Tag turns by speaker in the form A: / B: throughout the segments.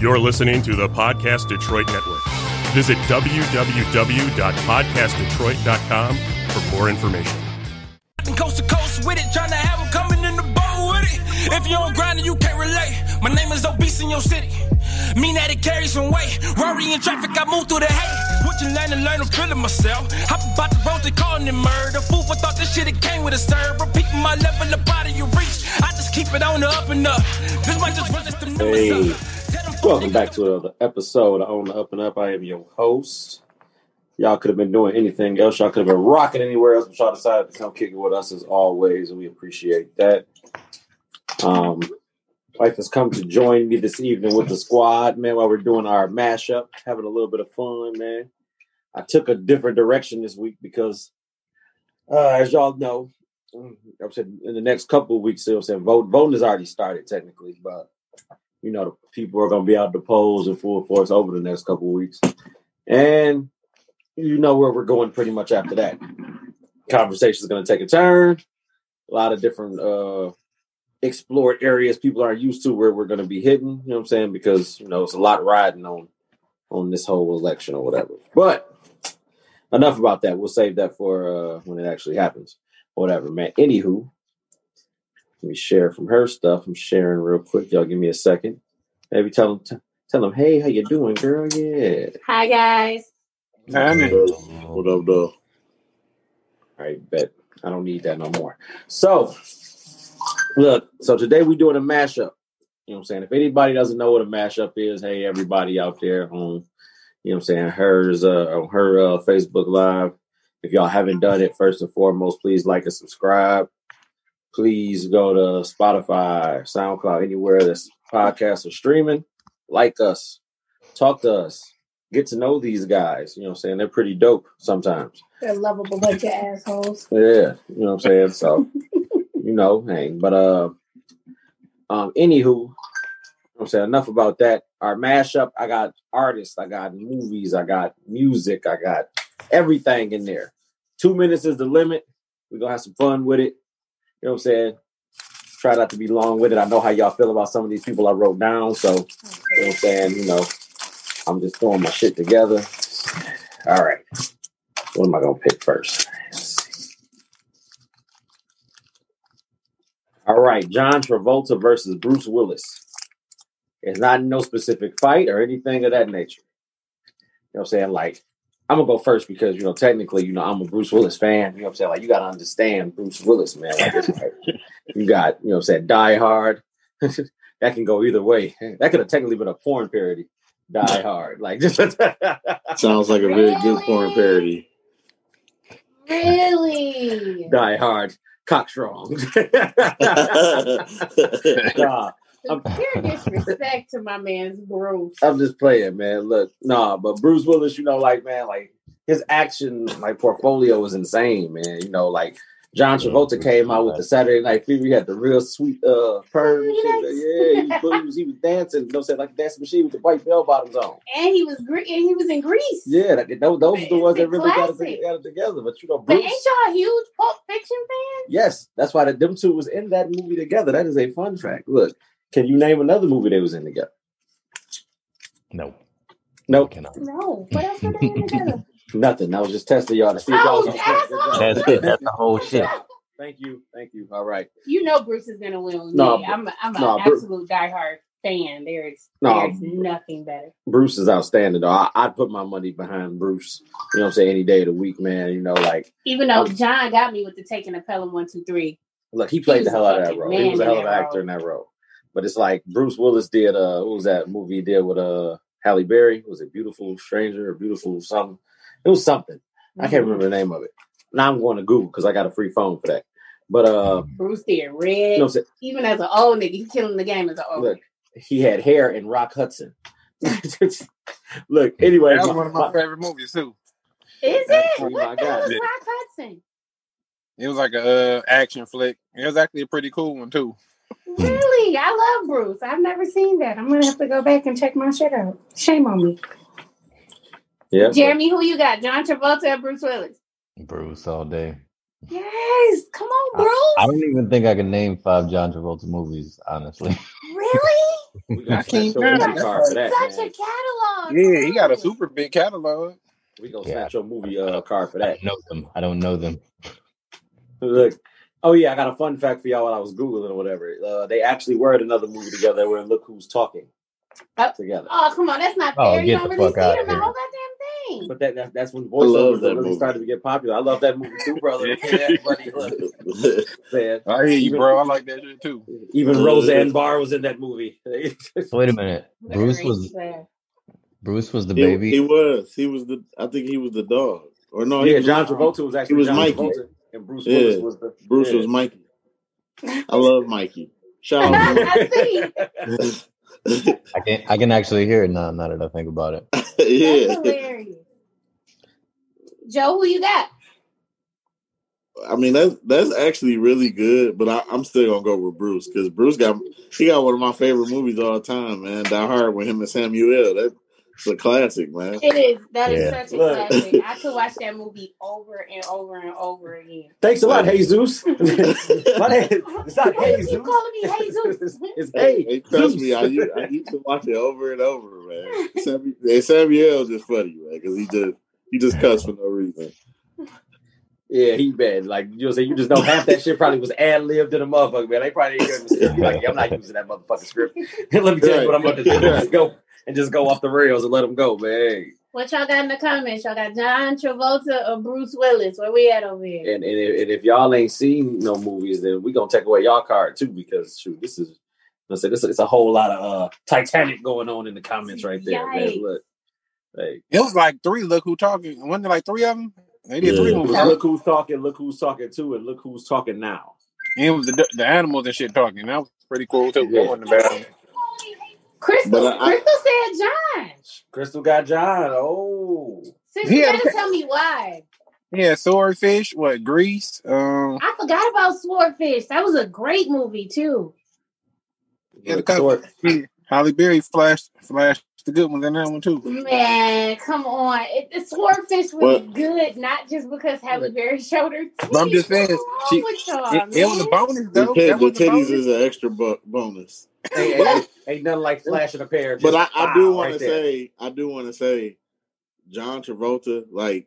A: You're listening to the Podcast Detroit Network. Visit www.podcastdetroit.com for more information.
B: Coast to coast with it, trying to have them coming in the boat with it. If you don't grind it, you can't relate. My name is obese in your city. Mean that it carries some weight. Rory in traffic, I move through the hay. What you learn and learn, I'm feeling myself. Hop about the road, they calling it murder. Fool for thought this shit, it came with a serve. Repeating my level of body you reach. I just keep it on the up and up. This might just run us the numbers
C: Hey,
B: up. Tell them
C: welcome
B: fuck
C: back to another episode of On the Up and Up. I am your host. Y'all could have been doing anything else. Y'all could have been rocking anywhere else, but y'all decided to come kick it with us as always, and we appreciate that. Um, life has come to join me this evening with the squad, man. While we're doing our mashup, having a little bit of fun, man. I took a different direction this week because, uh, as y'all know, mm, I'm saying in the next couple of weeks, you know what I'm saying vote voting has already started technically, but you know, the people are going to be out to polls in full force over the next couple of weeks. And you know where we're going pretty much after that. Conversation is going to take a turn. A lot of different uh, explored areas people aren't used to where we're going to be hitting. You know what I'm saying? Because, you know, it's a lot riding on on this whole election or whatever. But enough about that. We'll save that for uh, when it actually happens. Whatever, man. Anywho, let me share from her stuff. I'm sharing real quick. Y'all give me a second. Maybe tell them, tell them, hey, how you doing, girl? Yeah.
D: Hi guys.
C: What up, though? All right, bet. I don't need that no more. So, look, so today we doing a mashup. You know what I'm saying? If anybody doesn't know what a mashup is, hey, everybody out there on, you know what I'm saying, hers, uh, on her uh, Facebook Live. If y'all haven't done it, first and foremost, please like and subscribe. Please go to Spotify, SoundCloud, anywhere that's podcasts are streaming. Like us, talk to us, get to know these guys. You know what I'm saying? They're pretty dope sometimes.
D: They're lovable bunch of assholes.
C: Yeah, you know what I'm saying. So, you know, hang. But uh, um, anywho, you know what I'm saying enough about that. Our mashup. I got artists. I got movies. I got music. I got everything in there. Two minutes is the limit. We're gonna have some fun with it. You know what I'm saying. Try not to be long with it. I know how y'all feel about some of these people I wrote down. So, you know what I'm saying? You know, I'm just throwing my shit together. All right. What am I gonna pick first? All right, John Travolta versus Bruce Willis. It's not no specific fight or anything of that nature. You know what I'm saying? Like, I'm gonna go first because you know, technically, you know, I'm a Bruce Willis fan. You know what I'm saying? Like, you gotta understand Bruce Willis, man. Like, it's like you got, you know what I'm saying, Die Hard. that can go either way. That could have technically been a porn parody. Die Hard. Like just
E: Sounds like a very good porn parody.
D: Really?
C: Die Hard. Cock's wrong. Nah,
D: Pure disrespect to my man's Bruce.
C: I'm just playing, man. Look, nah, but Bruce Willis, you know, like man, like his action like portfolio was insane, man. You know, like John Travolta came out with the Saturday Night Fever. He had the real sweet uh perm. and shit. Yeah, he was blues. He was dancing. You know, what I'm saying like a dancing machine with the white bell bottoms on.
D: And he was Gre- and he was in Greece.
C: Yeah, that, those, those are the ones that really got it,
D: Classic.
C: got it together. But you know,
D: But
C: Bruce.
D: ain't y'all huge Pulp Fiction fans?
C: Yes, that's why the, them two was in that movie together. That is a fun fact. Look, can you name another movie they was in together?
F: No.
C: Nope.
F: Cannot.
D: No. What else were they in together?
C: Nothing. I was just testing y'all to see if y'all was on point. Good job.
F: That's it. That's the whole shit.
C: Thank you. Thank you. All right.
D: You know Bruce is gonna win with
C: No,
D: me. I'm a, I'm an
C: no, Bru-
D: absolute diehard fan. There's
C: No.
D: there's nothing better.
C: Bruce is outstanding though. I, I'd put my money behind Bruce. You know what I'm saying? Any day of the week, man. You know, like
D: Even though John got me with the taking a Pelham one two three.
C: look, he played
D: He
C: the
D: was
C: hell
D: a
C: out of that
D: fucking
C: role. He was a
D: man
C: hell of an
D: in that
C: actor
D: role.
C: in that role. But it's like Bruce Willis did uh what was that movie he did with uh Halle Berry? Was it Beautiful Stranger or Beautiful Something? It was something. I
D: Mm-hmm.
C: can't remember the name of it. Now I'm going to Google because I got a free phone for that. But uh
D: Bruce did red.
C: you know what I'm saying?
D: Even as an old nigga, he killing the game as an old.
C: Look, he had hair in Rock Hudson. look, anyway,
G: That was
C: my-
G: one of my favorite movies too.
D: nigga. Is
C: that's
D: it?
C: what I
D: What the
C: got.
D: hell is
G: Yeah.
D: Rock Hudson?
G: It was like a uh, action flick. It was actually a pretty cool one too.
D: Really? I love Bruce. I've never seen that. I'm gonna have to go back and check my shit out. Shame on me.
C: yeah,
D: Jeremy, who you got? John Travolta or Bruce Willis?
F: Bruce all day.
D: Yes. Come on,
F: I
D: Bruce.
F: don't even think I can name five John Travolta movies, honestly.
D: Really?
C: We
G: I
C: got
G: can't
C: snatch your movie
G: imagine.
C: card for that.
D: Such
C: man.
D: a catalog.
G: Yeah, he got a super big catalog.
C: We gonna
F: Yeah.
C: snatch your movie uh, card for
F: I
C: that.
F: don't know them. I don't know them.
C: Look. Oh yeah, I got a fun fact for y'all while I was googling or whatever. Uh, they actually were in another movie together. We're in Look Who's Talking
D: Oh.
C: together.
D: Oh, come on. That's not fair.
F: Oh,
D: you
F: get
D: don't
F: the
D: really
F: fuck
D: see
F: outta
D: them the
F: here.
D: whole goddamn thing.
C: But that, that that's when
E: love
C: voiceovers
E: that
C: really
E: movie.
C: started to get popular. I love that movie too, brother. Yeah, buddy, look, man.
G: I hear you, bro. I like that shit too.
C: Even Roseanne Barr was in that movie.
E: Oh,
F: So wait a minute. Bruce
D: Very
F: was
D: fair.
F: Bruce was the
E: he,
F: baby.
E: he was. He was the. I think he was the dog. Or no, he
C: yeah,
E: was-
C: John Travolta was actually
E: was
C: John
E: Mikey.
C: Travolta, and Bruce
E: Yeah.
C: Willis was the
E: Bruce
C: yeah.
E: was Mikey. I love Mikey. Shout out. to
D: I see.
E: him.
F: I can I can actually hear it now. Now that I think about it,
E: yeah.
D: That's hilarious. Joe, who you got?
E: I mean that's that's actually really good, but I, I'm still gonna go with Bruce because Bruce got he got one of my favorite movies all the time, man. Die Hard with him and Samuel. That's a classic, man.
D: It is. That is
F: Yeah.
D: such a
C: Look.
D: classic. I could watch that movie over and over and over again.
C: Thanks a lot, Jesus. My name, it's not
D: Why you
C: Jesus.
D: keep calling me Jesus?
C: it's
E: Hey,
C: hey.
E: trust
C: Zeus.
E: me, I used, I used to watch it over and over, man. Sam, and Samuel's just funny, man, because he just he just cuts for no reason.
C: Yeah, he bad. Like you know, say you just know half that shit probably was ad libbed in a motherfucker, man. They probably ain't gonna script. Like, yeah, I'm not using that motherfucking script. let me tell you what I'm about to do. Just go and just go off the rails and let them go, man. Hey.
D: What y'all got in the comments? Y'all got John Travolta or Bruce Willis? Where we at over here?
C: And and if, and if y'all ain't seen no movies, then we gonna take away y'all card too because shoot, this is let's say this it's a whole lot of uh, Titanic going on in the comments right there, man.
D: Yikes.
C: Look, hey,
G: It was like three. Look who talking. Wasn't there like three of them? They did three
E: Yeah.
G: movies.
C: look who's talking, look who's talking to, and look who's talking now.
G: And it was the, the animals and shit talking. That was pretty cool too.
C: Yeah.
G: That wasn't bad.
D: Crystal.
E: But I-
D: Crystal said John.
C: Crystal got John. Oh,
D: Sis,
G: He
D: you
G: had a
D: gotta
G: pa-
D: tell me why.
G: Yeah, swordfish. What grease? Um,
D: I forgot about Swordfish. That was a great movie too.
G: Yeah, the cover. yeah, Holly Berry flashed flashed the good ones in that one too.
D: Man, come on. It, the swordfish was
E: What?
D: good, not just because Halle Berry showed her teeth.
G: But I'm just saying,
D: What's wrong
G: she-
D: with y'all,
G: It, it was
D: man?
G: a bonus
E: The,
G: though.
E: tit-
G: That
E: the
G: was a
E: titties
G: bonus.
E: is an extra bu- bonus,
C: Ain't- ain't, ain't nothing like flashing a pair.
E: but I,
C: Just,
E: I do
C: wow,
E: want
C: right
E: to
C: there.
E: say, I do want to say, John Travolta, like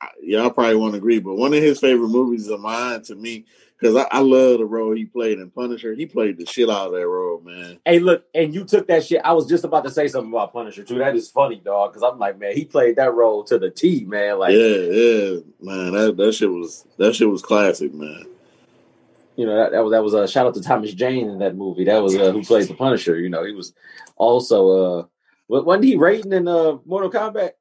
E: I- y'all probably won't agree, but one of his favorite movies of mine to me because I, I love the role he played in Punisher. He played the shit out of that role, man.
C: Hey, look, and you took that shit. I was just about to say something about Punisher too. That is funny, dog. Because I'm like, man, he played that role to the T, man. Like,
E: yeah, yeah, man. That that shit was that shit was classic, man.
C: you know that, that was that was a shout out to Thomas Jane in that movie. That was uh, who plays the Punisher. You know, he was also uh, wa- wasn't he rating in uh, Mortal Kombat?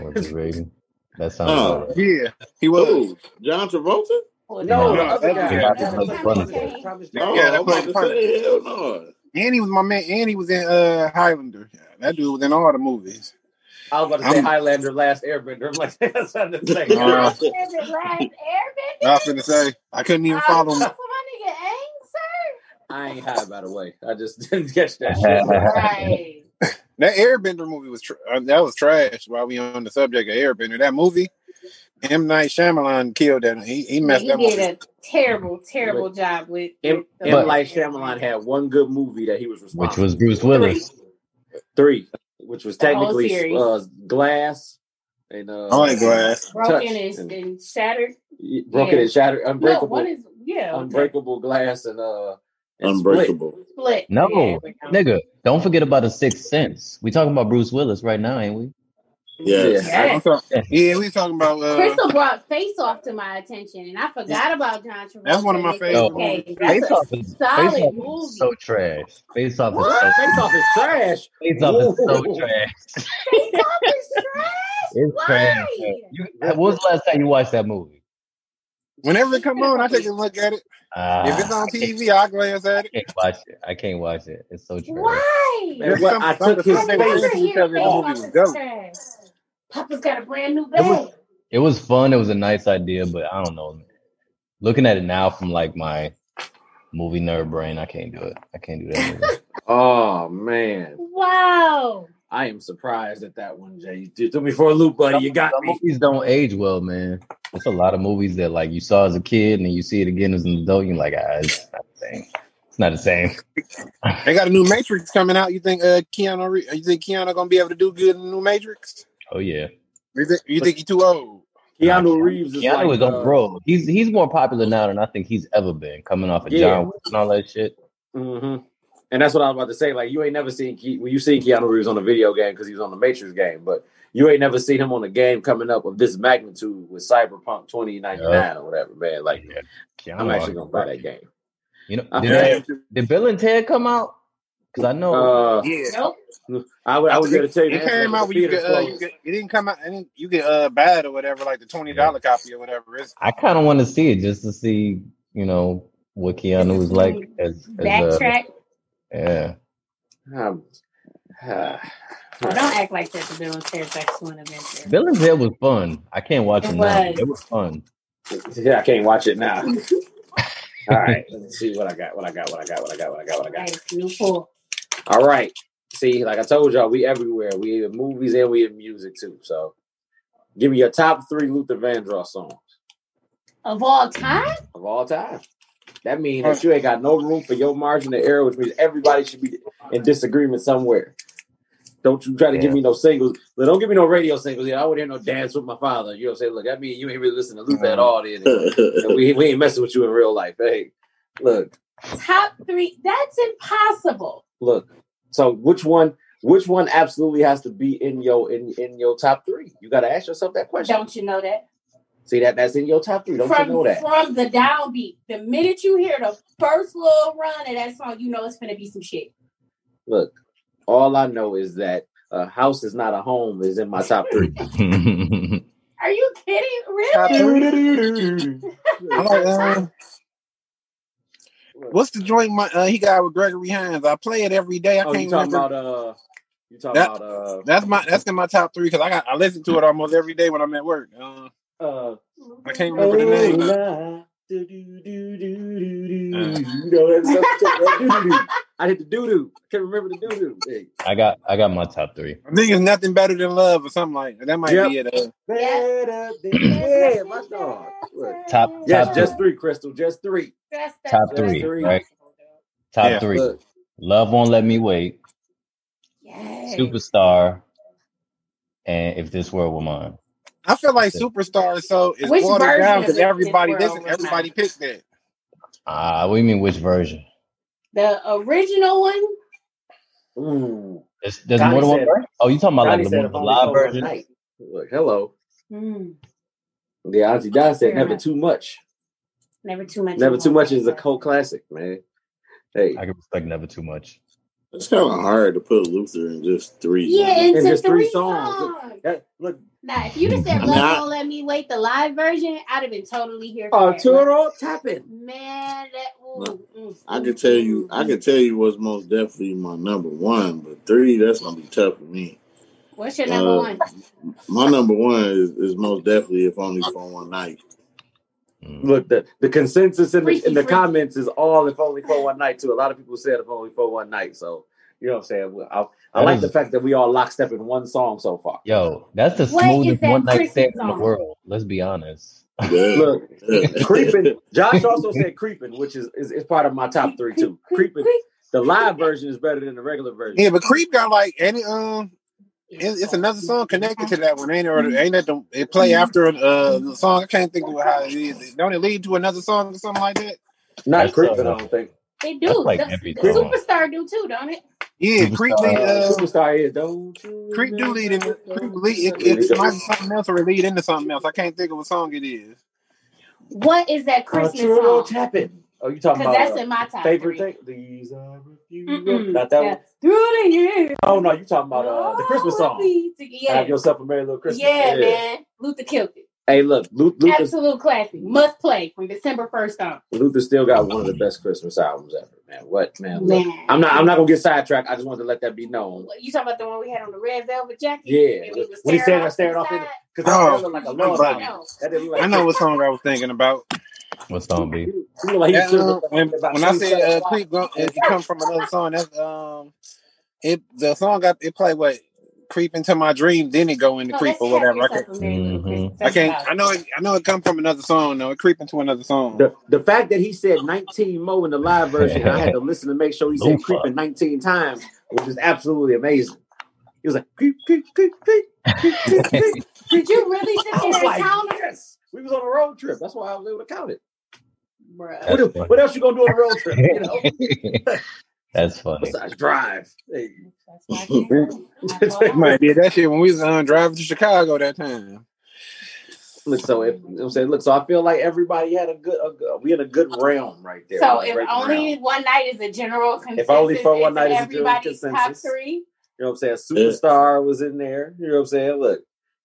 F: Or the Raven. That sounds
E: Oh.
F: about right.
G: Yeah, he was.
E: Who? John Travolta?
C: No,
F: No,
C: the other
G: that's-
C: guy.
G: yeah,
C: Thomas
F: that's
C: Jane.
F: Thomas
D: Jane.
C: Thomas Jane.
E: No,
G: Yeah, that
E: I'm about
G: played
E: to
G: Punisher.
E: say Oh, hell no.
G: And he was my man. And he was in uh, Highlander. That dude was in all the movies.
C: I was about to say
G: I'm-
C: Highlander, Last Airbender. I'm like, that's not the thing.
G: Uh,
D: Last Airbender, Last Airbender?
G: I was finna say I couldn't even follow
D: Uh,
G: him.
D: for my nigga Aang,
C: I ain't high, by the way. I just didn't catch that
D: sir?
C: shit.
D: Right.
G: That Airbender movie was tr- uh, that was trash. While we on the subject of Airbender, that movie, M Night Shyamalan killed that. He he
D: Yeah,
G: messed
D: he
G: that movie.
D: did a terrible, terrible job with.
C: M.
D: with the-
C: M. Light Shyamalan had one good movie that he was responsible.
F: Which was
C: for.
F: Bruce Willis.
C: three, which was
D: The whole
C: technically
D: series.
C: uh, Glass and uh,
G: I ain't glad.
D: broken
C: Touch.
D: and, and shattered.
C: y- broken and shattered,
D: No,
C: unbreakable,
D: one is yeah,
C: unbreakable glass and uh, and Split.
E: Unbreakable.
D: split.
F: No,
D: Yeah, everything.
F: nigga, don't forget about the Sixth Sense. We talking about Bruce Willis right now, ain't we?
E: Yes.
C: Yeah.
G: I- I'm
D: Yes.
G: talking- yeah, we talking about uh,
D: Crystal brought Face Off to my attention, and I forgot about John Travolta.
G: That's one of my
D: It's
G: favorite
D: okay.
G: movies.
D: That's
F: Face
D: a
F: Off is
D: solid
F: Face Off
D: movie.
F: is so trash. Face Off is so
C: What? Face off is trash.
F: Face Off is so
C: Whoa.
F: trash.
D: Face Off is trash.
F: It's
D: Why?
F: trash. man. You, when was the last time you watched that movie?
G: whenever it come on, I take a look at it.
F: Uh,
G: If it's on TV, I glance at
F: I
G: it.
F: can't watch it. I can't watch it. It's so trash.
D: Why?
C: Man, what, I took his
D: I never
C: face.
G: Face
D: hear
G: Off
D: Face
G: movie
D: Off
G: was
D: is
G: dope.
D: trash. Papa's got a brand new
F: It
D: bag.
F: was- It was fun. It was a nice idea, but I don't know. man. Looking at it now from like my movie nerd brain, I can't do it. I can't do that. movie.
C: Oh man,
D: Wow.
C: I am surprised at that one, Jay. You took me for a loop, buddy. You got
F: Some
C: me.
F: movies don't age well, man. It's a lot of movies that like you saw as a kid and then you see it again as an adult. And you're like, ah, it's not the same. It's not the same.
G: They got a new Matrix coming out. You think uh, Keanu? Re- You think Keanu gonna be able to do good in the new Matrix?
F: Oh yeah,
G: You think, you think he too old?
C: Keanu Reeves is
F: Keanu
C: like,
F: is on
C: uh,
F: bro. He's he's more popular now than I think he's ever been. Coming off of
C: Yeah.
F: John Wick and all that shit.
C: hmm And that's what I was about to say. Like you ain't never seen Ke- well, you seen Keanu Reeves on a video game because he was on the Matrix game, but you ain't never seen him on a game coming up of this magnitude with Cyberpunk 2099 or whatever, man. Like
F: Yeah. Keanu
C: I'm actually gonna buy that
F: already-
C: game.
F: You know,
C: I
F: did,
C: feel
F: that, did Bill and Ted come out? Because I know
C: Uh,
G: Yeah.
D: Nope.
C: I would I was gonna tell you
G: It
C: that
G: came
C: when
G: out
C: the
G: where you
C: theaters
G: could, uh, you
C: closed.
G: could, it didn't come out, it didn't, you could uh, buy it or whatever, like the $20 copy or whatever. It's,
F: I kind of want to see it just to see you know what Keanu was like as, as uh,
D: Backtrack.
F: yeah.
C: Um, uh,
D: Oh, don't act like that. The Bill and Ted's Excellent Adventure.
F: Bill and Ted was fun. I can't watch
D: It
F: them now.
D: was.
F: but It was fun.
C: yeah, I can't watch it now. All right, let's see what I got. What I got. What I got. What I got. What I got. What I got.
D: Nice, new pool.
C: All right. See, like I told y'all, we everywhere. We in movies and we in music too. So, give me your top three Luther Vandross songs
D: Of all time?
C: of all time. That means that you ain't got no room for your margin of error, which means everybody should be in disagreement somewhere. Don't you try to give me no singles. Look, Don't give me no radio singles. Yeah, I would hear no dance with my father. You know what I'm saying? Look, that means you ain't really listening to Luther at all. Then So we we ain't messing with you in real life. Hey, look,
D: Top three? That's impossible.
C: look. So which one? Which one absolutely has to be in your in in your top three? You got to ask yourself that question.
D: Don't you know that?
C: See that that's in your top three. Don't
D: from
C: you know that?
D: from the downbeat, the minute you hear the first little run of that song, you know it's gonna be some shit.
C: Look, all I know is that a house is not a home is in my top three.
D: Are you kidding?
G: Top
D: Really?
G: three. I like, um, what's the joint my, uh, he got with Gregory Hines? I play it every day. I
C: oh, you
G: can't
C: talking
G: remember.
C: about uh? You talking
G: That-
C: about uh,
G: that's my that's in my top three because I got I listen to it almost every day when I'm at work. Uh,
C: uh? uh
G: I can't remember the name. of it.
C: Do, do, do, do, do, do. You know that stuff. that doo-doo-doo. I hit the doo doo. Can't remember the doo doo. Hey.
F: I got I got my top three.
G: I think it's nothing better than love or something like that. That might
C: Yep.
G: be it. Uh,
C: Better than yeah, my dog. Look.
F: Top-
C: Yes,
F: top
C: just three, Crystal. Just three.
D: That's, that's,
F: Top
D: that's
C: three,
D: impossible,
F: right?
D: dude.
F: Top
G: Yeah.
F: three.
C: Look,
F: Love won't let me wait.
D: Yes.
F: Superstar. And if this world were mine.
G: I feel like Superstar is so is
D: Which
G: watered
D: version
G: down
D: of
G: because
D: If This
G: everybody
D: World
G: listen,
D: Was
G: everybody
D: Mine?
G: picked that.
F: Ah, what do you mean which version?
D: The original one,
C: ooh.
F: There's, there's
C: Connie
F: more than one
C: said-
F: version? Oh, you talking about
C: Johnny
F: like
C: said
F: the,
C: if
F: the
C: only
F: live
C: so much
F: version?
C: night. Look, hello.
D: Hmm.
C: The Auntie Don said
D: Fair
C: never
D: enough.
C: too much.
D: never too much.
C: Never
D: is
C: too
D: one
C: much
D: thing,
C: is a
D: but-
C: cult classic, man. Hey,
F: I can respect never too much.
E: It's kind of hard to put Luther in just three.
D: Yeah,
C: And
D: into
C: there's three
D: three,
C: songs.
D: songs.
C: that, look,
D: Now, if you just said
F: I
E: mean, I-
D: "Love Won't Let Me Wait," the live version, I'd have been totally here.
C: Oh,
D: For that.
C: Arturo uh, tapping.
D: Man, that ooh, mm, ooh,
E: I
D: ooh,
E: could tell you,
D: ooh,
E: I
D: ooh.
E: could tell you what's most definitely my number one, but three that's gonna be tough for me.
D: What's your number
E: Uh,
D: one?
E: My number one is, is most definitely if only for one night.
F: Mm.
C: Look, the, the consensus in the,
D: Freaky,
C: in the
D: freaky.
C: comments is all if only for one night, too. A lot of people said if only for one night. So, you know what I'm saying? Well, I, I
F: That
C: like
F: is-
C: the fact that we all lockstep in one song so far.
F: Yo, that's the
D: What is
F: smoothest
D: that
F: one night
D: Christmas
F: stand in the
D: song?
F: world. Let's be honest.
E: Yeah.
C: Look, creeping. Josh also said creeping, which is, is is part of my top three too. Creeping. The live version is better than the regular version.
G: Yeah, but Creep got like any um It- it's another song connected to that one, ain't it? Or ain't that the it play after uh, the song? I can't think of how it is. Don't it lead to another song or something like that?
C: Not
F: That's
C: creeping.
F: so-
C: I don't think.
D: They do.
F: That's like
D: the,
F: every
D: the
F: song.
D: superstar do too, don't it?
G: Yeah, Creep lead,
C: Uh,
G: uh,
C: superstar is don't. you
G: Creep do lead in
C: remember?
G: Creep lead. It, it's not something else or it lead into something else. I can't think of what song it is.
D: What is
C: Oh,
D: that Christmas
C: Arturo
D: song?
C: tapping. Oh, you talking
D: Because
C: about
D: that's
C: uh,
D: in my top
C: favorite
D: three.
C: thing? These are
D: Mm-mm.
C: refusals. Not that
D: Yeah.
C: one.
D: Through the years.
C: Oh no, you talking about uh, the Christmas
D: all
C: song?
D: we together.
C: Have yourself a merry little Christmas.
D: Yeah, yeah, man. Luther killed it.
C: Hey, look, Lu- Luther.
D: Absolute classic. Must play from December 1st on.
C: Luther still got one of the best Christmas albums ever, man. What man? Look,
D: Man.
C: I'm not. I'm not gonna get sidetracked. I just wanted to let that be known.
D: You talking about the one we had on the red velvet jacket?
C: Yeah,
D: And we was
C: when he
D: staring
C: said I stared off
D: to
C: in
D: the
C: it,
D: side?
C: because that
G: Oh,
C: sounded like a
G: I'm
C: love
G: sorry.
C: song.
D: No.
C: That didn't look like
G: I know what song I was thinking about.
F: What's gonna be?
C: You look like he
G: That,
C: should have
G: um, when, when I said uh, Creep, go- it, it come from another song. That's um, it the song got it play what creep into my dream, then it go into
D: No,
G: creep
D: let's
G: or
D: tap
G: whatever. I
D: yourself
G: can't.
D: a minute real quick.
F: Mhm.
G: I
D: Oh, That's
G: can't.
D: about
G: I know. It, I know it come from another song. though. it creep into another song.
C: The, the fact that he said 19 mo in the live version, and I had to listen to make sure he said
F: Loofah.
C: creeping 19 times, was just absolutely amazing. He was like, creep, creep, creep, creep, creep, creep, creep.
D: Did you really sit
C: I was
D: there and
C: like,
D: count it?
C: yes. We was on a road trip. That's why I was able to count it.
D: Bruh.
F: That's
C: What, el-
F: funny.
C: what else you gonna do on a road trip? You know,
F: That's funny.
C: besides drive. Hey,
D: That's why I can't count. I
C: Take
D: thought,
C: my-
G: Might did that shit when we was um, driving to Chicago that time.
C: Look, so if, you know what I'm saying, look, so I feel like everybody had a good, a good we in a good realm right there.
D: So
C: We in a
D: if
C: great
D: only
C: realm.
D: one night is a general consensus,
C: If only for one night is a general
D: everybody's top
C: consensus.
D: three.
C: you know what I'm saying, superstar was in there. You know what I'm saying. Look,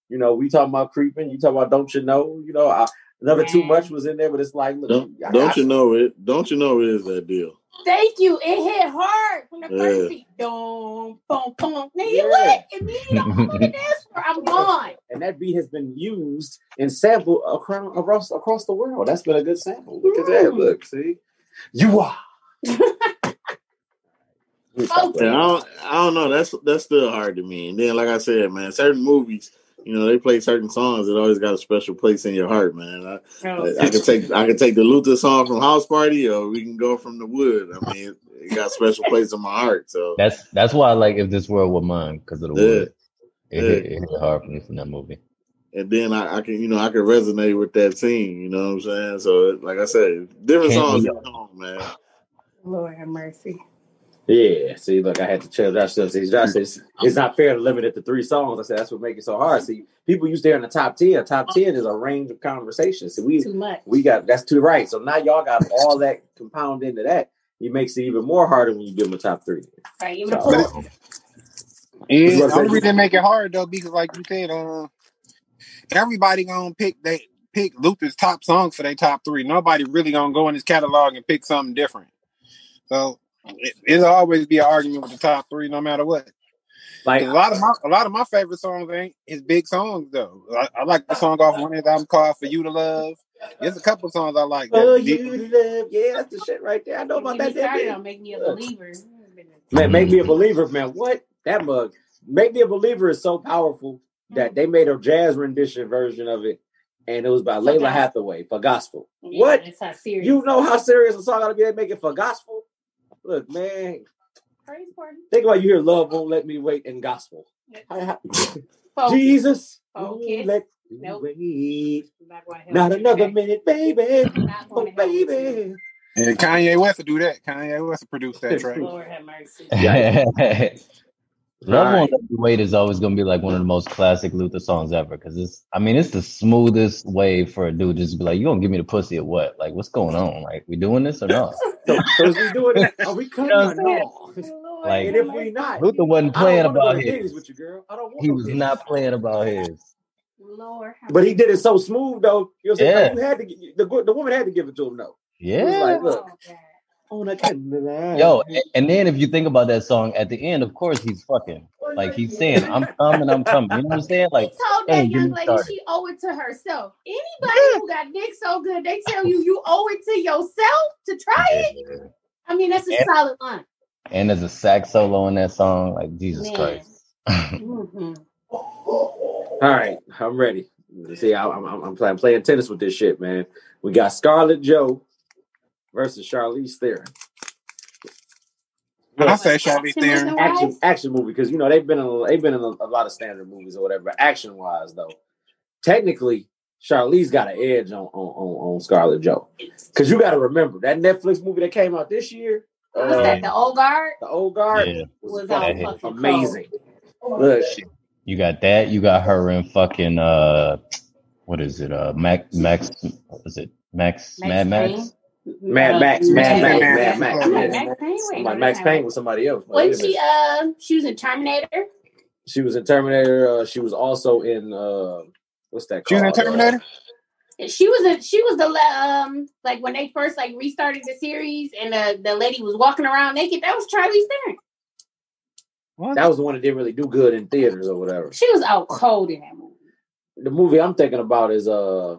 C: you know, we talking about creeping. You talking about don't you know? You know, I, another too
D: Man.
C: much was in there, but it's like, look,
E: Don't,
C: I-
E: don't
C: I-
E: you know it? Don't you know it is that deal?
D: Thank you. It hit hard when the
E: Yeah.
D: first beat. Boom, boom, boom. Nigga,
C: Yeah.
D: what? It mean you don't want to dance for. I'm gone.
C: and that beat has been used and sampled across across, across the world. That's been a good sample. Look at that. Look, see, you are. We stop
E: And I
C: playing.
E: don't, I don't know. That's that's still hard to me. And then, like I said, man, certain movies, you know, they play certain songs that always got a special place in your heart, man. I,
D: Oh,
E: I, I could take I could take the Luther song from House Party, or we can go from the Wood. I mean, it, it got a special place in my heart. So
F: That's that's why I like if this world were mine because of the
E: Yeah.
F: wood. It hit,
E: Yeah.
F: it hit hard for me from that movie.
E: and then I, I can you know I can resonate with that scene. You know what I'm saying? So like I said, different
F: Can't
E: songs
F: we-
E: hit home, man.
D: Lord have mercy.
C: Yeah, see, look, I had to tell Josh. Josh says Josh says, it's not fair to limit it to three songs. I said that's what makes it so hard. See, people used to hear in the top ten. Top ten is a range of conversations. See, we
D: Too much.
C: we got that's too right. So now y'all got all that compound into that. It makes it even more harder when you give them a top three.
D: Right, even
C: So,
D: a four.
C: You
G: Yeah,
C: wanna
G: the
C: say-
G: only reason they make it hard though because, like you said, um, everybody gonna pick they pick Luther's top songs for their top three. Nobody really gonna go in his catalog and pick something different. So it, it'll always be an argument with the top three, no matter what.
C: like
G: 'Cause a lot of my a lot of my favorite songs ain't his big songs though. I, I like the song off one of his album called "For You to Love." There's a couple songs I like.
C: oh,
G: That
C: you love, yeah, that's the shit right there. I know about
D: When
C: that.
D: you
C: that
D: started
C: bit.
D: on Make Me a
C: Look.
D: Believer.
C: Man, make me a believer, man. What that mug? Make me a believer is so powerful
D: Mm-hmm.
C: that they made a jazz rendition version of it, and it was by Layla
D: gospel.
C: Hathaway for gospel. What?
D: It's not serious.
C: You know how serious a song ought to be? They make it for gospel. Look, man,
D: Praise party.
C: think about you hear "Love Won't Let Me Wait" in gospel. How- how-
D: Focus.
C: Jesus,
D: Focus.
C: won't let me
D: Oh. Nope.
C: wait.
D: Not gonna help
C: Not
D: you
C: another
D: today.
C: minute, baby.
D: Not
C: Oh,
D: gonna help you today.
C: baby.
G: and Kanye West will do that. Kanye West produced that track.
D: Lord have mercy.
F: Love
C: All right.
F: Won't Let You Wait is always gonna be like one of the most classic Luther songs ever because it's I mean it's the smoothest way for a dude to just be like you gonna give me the pussy or what like what's going on like we doing this or not
C: So, so is we doing it? Are we cutting or no?
D: Lord
F: Like-
C: And
D: have
C: if we
D: mercy.
C: not,
F: Luther wasn't
C: I
F: playing
C: don't
F: about
C: want to go to Denny's
F: his
C: with you, girl. I don't want
F: he
C: no
F: was
C: Denny's.
F: not playing about his
D: Lord have
C: But he did it so smooth, though. You know what I'm saying?
F: Yeah.
C: Like, you had to, gi- the, gu- the woman had to give it to him, though. It was
F: yeah
C: like, look,
D: Oh, God.
C: on a candlelight.
F: yo a- and then if you think about that song at the end of course he's fucking like he's saying I'm coming I'm coming you know what I'm saying
D: He
F: like
D: told
F: Hey,
D: that
F: get
D: young
F: me
D: lady
F: started.
D: she owe it to herself. Anybody who got dick so good, they tell you you owe it to yourself to try it. I mean, that's a
F: Yeah.
D: solid line.
F: and there's a sax solo in that song like Jesus
D: Man.
F: Christ
D: hmm
C: All right, I'm ready. See, I, I'm, I'm, I'm playing, playing tennis with this shit, man. We got Scarlett Joe versus Charlize Theron.
G: I say Charlize
D: Action with
G: Theron.
D: no
C: Action
D: eyes.
C: action movie because you know they've been in a, they've been in a, a lot of standard movies or whatever. Action wise though, technically Charlize got an edge on on on, on Scarlett Joe because you got to remember that Netflix movie that came out this year,
D: What's
C: uh,
D: that? The old guard
C: the Old Guard,
F: yeah
C: was
D: was
C: fucking
D: on
F: that hit.
D: fucking Oh,
C: amazing. Look,
F: You got that. You got her in fucking uh, what is it? Uh, Max Max. What is it? Max Mad
D: Max
F: Max.
D: Payne.
C: Mad
D: Uh,
C: Max, Mad Max, Mad
G: Max.
C: Max.
D: I'm like
C: Yeah.
D: Max Payne. Wait,
C: I'm
D: no,
C: like Max
D: that's not
C: Payne
D: right.
C: was somebody else. Like, wait a
D: Wasn't
C: minute.
D: she? Uh, she was in Terminator.
C: She was in Terminator. Uh, she was also in uh, what's that
G: She
C: called?
G: was in Terminator.
C: Uh,
D: She was a she was the la- um like when they first like restarted the series and the the lady was walking around naked. That was Charlize Theron.
G: What?
C: that was the one that didn't really do good in theaters or whatever.
D: She was out cold in that movie.
C: The movie I'm thinking about is uh,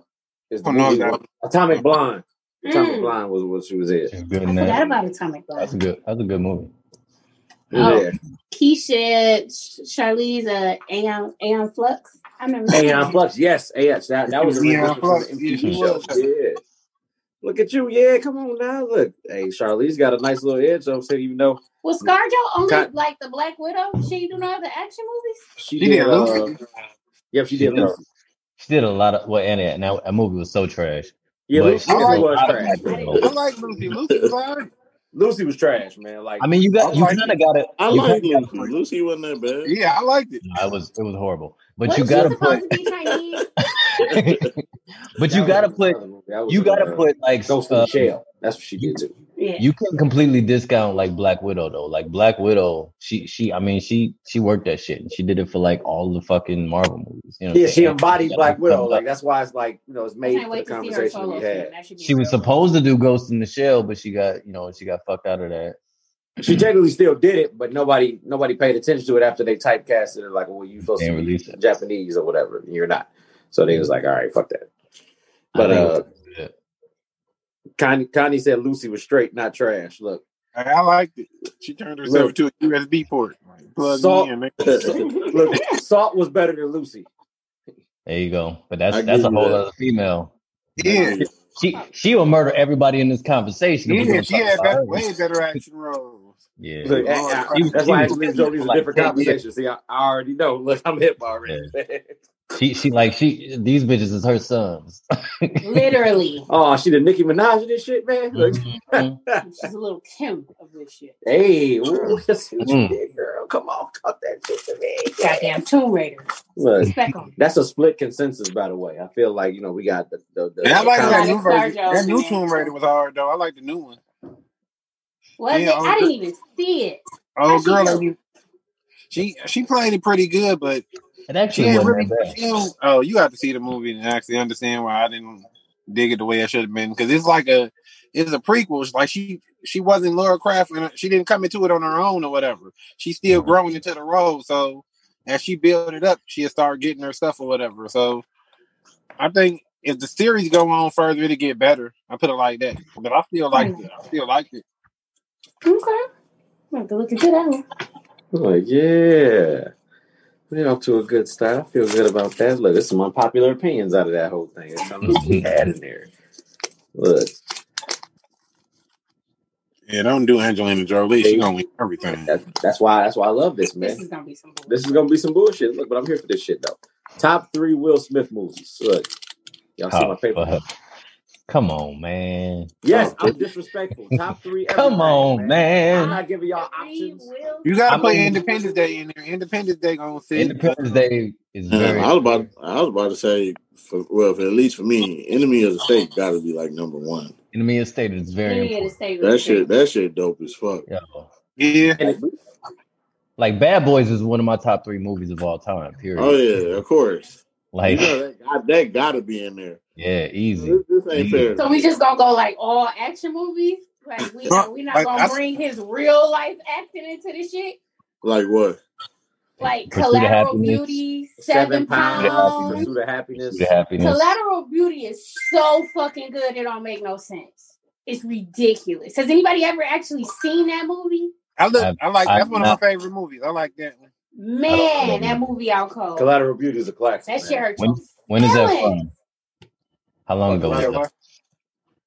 C: is the
G: Oh, no,
C: movie
G: that-
C: with- Atomic Blonde. Atomic
D: Mm.
C: Blonde was what she was in.
F: She's
D: I
F: good in
D: forgot
F: that.
D: about Atomic
F: That's a
D: Blonde.
F: good. That's a good movie.
D: Oh.
C: Yeah.
D: Keisha, Sh- Charlize, uh, Aeon, Aeon Flux. I remember.
C: Aeon Flux, yes, yes, that, that was a
G: Aeon
C: rendition from the
G: Flux,
C: MTV
G: yeah, she
C: show.
G: was.
C: Yeah. Look at you, yeah. Come on now, look. Hey, Charlize got a nice little edge. I'm saying, even though
D: Was ScarJo only
C: Got-
D: like the Black Widow? She do no other action movies.
C: she,
G: She
C: did,
G: did
C: uh,
G: Lucy.
C: yep, she did.
F: She did.
C: Lucy.
F: She did a lot of well, and that, now that movie was so trash.
C: Yeah,
F: But
C: Lucy,
F: she
G: I
F: did
C: Lucy
F: a
G: like-
C: was
F: lot of
C: trash,
F: action
C: man.
F: movies.
G: I like Lucy. Lucy was alright.
C: Lucy was trash, man. Like,
F: I mean, you
E: I
F: got you
E: like
F: kind of got it.
E: I
F: You kind
E: like
F: of got to
E: Lucy. Lucy wasn't that bad.
G: Yeah, I liked it.
F: I was it was horrible, but you
D: Wasn't she
F: got to
D: supposed
F: put
D: to be Chinese?
F: but
C: that
F: you
C: was
F: got to
C: in
F: put
C: another movie. That was
F: you
C: in,
F: got to
C: uh,
F: put like
C: Ghost in
F: uh,
C: the Shell. That's what she did too.
D: Yeah.
F: you can completely discount like Black Widow though. Like Black Widow, she she I mean she she worked that shit and she did it for like all the fucking Marvel movies. You know what
C: Yeah,
F: I'm
C: she
F: saying?
C: embodied
F: Yeah,
C: Black Widow.
F: but
C: Like that's why it's like you know it's
D: I
C: made
D: can't
C: for the
D: wait to see her
C: conversation
D: solo
C: we
D: film.
C: had.
D: That should be.
F: She was
D: real.
F: supposed to do Ghost in the Shell, but she got you know she got fucked out of that.
C: She technically still did it, but nobody nobody paid attention to it after they typecasted it. Like, well, you supposed
F: They
C: to be
F: released it.
C: Japanese or whatever, and you're not. So they was like, all right, fuck that.
F: I
C: But
F: think it
C: uh,
F: was-
C: Connie, Connie said Lucy was straight, not trash. Look,
G: I, I liked it. She turned herself
C: Look.
G: into a USB port. Like, plug
C: Salt.
G: me in, man.
C: look, Salt was better than Lucy.
F: there you go. But
E: I
F: that's
E: give
F: that's a
E: you
F: whole
E: that.
F: other female.
G: Yeah,
F: She she will murder everybody in this conversation if we
G: yeah.
F: gonna
G: She
F: talk
G: had
F: about
G: better,
F: her.
G: way better action roles.
F: Yeah,
C: Look,
G: Lord
C: I- I-
F: she
G: Christ.
F: was
C: that's
F: she
C: why
F: was
C: action movies
F: famous
C: are
F: for
C: a
F: like
C: different
F: ten years.
C: conversation. See, I, I already know. Look, I'm hip already.
F: She she like she these bitches is her sons.
D: Literally,
C: oh, she the Nicki Minaj and this shit,
G: Mm-hmm.
C: man. Look.
F: Mhm.
D: she's a little Kim of this shit.
C: Hey, ooh, let's see what you
F: Mm.
C: did, girl. Come on, cut that shit to me.
D: Goddamn Tomb Raider.
C: Look,
D: Speck 'em.
C: that's a split consensus, by the way. I feel like you know we got the the, the,
G: And I
C: the
G: like
D: A
G: that
D: lot
C: comments.
G: new
D: of
G: version.
D: ScarJo
G: That
D: in
G: new
D: there
G: Tomb Raider
D: too.
G: was hard though. I like the new one.
D: Was
G: Yeah,
D: it?
C: oh,
G: old,
D: I
G: gir-
D: didn't even see it. How
G: old
D: she
G: Oh, girl.
D: do?
G: ain't even- She she played it pretty good, but
F: It
G: she
F: actually
G: ain't
F: wasn't
G: really.
F: that bad.
G: She don't, oh, you have to see the movie and actually understand why I didn't dig it the way I should have been because it's like a it's a prequel. It's like she she wasn't Laura Craft and she didn't come into it on her own or whatever. She's still
F: Mhm.
G: growing into the role, so as she built it up, she'll start getting her stuff or whatever. So I think if the series go on further, it'll get better. I put it like that, but I still like it. I still like it.
D: Okay. I'm gonna look into that one.
C: Oh yeah, we did off to a good start. I feel good about that. Look, there's some unpopular opinions out of that whole thing. There's some we
G: Mm-hmm.
C: had in there. Look,
G: Yeah, don't do Angelina Jolie. She
C: they,
G: gonna win everything.
C: that, that's why that's why I love this
D: This
C: man.
D: is gonna be some bull.
C: This is gonna be some bullshit. Look, but I'm here for this shit though. Top three Will Smith movies. Look, y'all see my
F: Oh,
C: paper.
F: for her. Come on, man.
C: Yes,
E: Top
C: I'm
E: three.
C: disrespectful. Top three
F: Come
C: everything,
F: on,
C: man. I'm
F: man.
C: not giving y'all
D: Three
C: options.
D: Will
G: You gotta
F: I
G: put
F: mean,
G: Independence Day in there. Independence Day gonna sit.
F: Independence
G: Uh,
F: Day is
E: Um,
F: very
E: I was about I was about to say for well for, at least for me, enemy of the state gotta be like number one.
F: enemy of state is very
D: Enemy of the
F: important.
D: State
E: That
D: was
E: shit
D: great.
E: that shit dope as fuck.
F: Yeah.
G: yeah,
C: And it,
F: Like Bad Boys is one of my top three movies of all time.
E: Oh
F: Period.
E: yeah, of course. You
F: Like,
E: know that got that gotta be in there.
F: yeah, easy,
E: This, this ain't
F: easy.
E: fair to
D: So we
E: me.
D: just gonna go like all action movies? Like we
G: Huh,
D: are we not
G: like
D: gonna
G: I,
D: bring his real life acting into this shit?
E: Like what?
D: Like
F: Pursuit of
D: Collateral
F: Happiness.
D: Beauty,
C: seven
D: Seven
F: Pursuit of
C: pounds,
D: Pounds.
F: Happiness.
C: pursuit of
F: Pursuit of
C: happiness.
F: Happiness.
D: Collateral Beauty is so fucking good it don't make no sense. It's ridiculous. Has anybody ever actually seen that movie?
G: I look.
F: I've
G: I like.
F: I've
G: That's one of my
F: not.
G: favorite movies. I like that one.
F: I don't know
D: Man,
F: that
D: that
F: movie.
D: movie out cold.
C: Collateral Beauty is a classic,
D: That shit
C: man.
D: hurt your
F: When when is that
D: feelings.
F: from? How long
C: What
F: ago
G: You
F: was
G: said
C: collateral?
G: what?
F: that?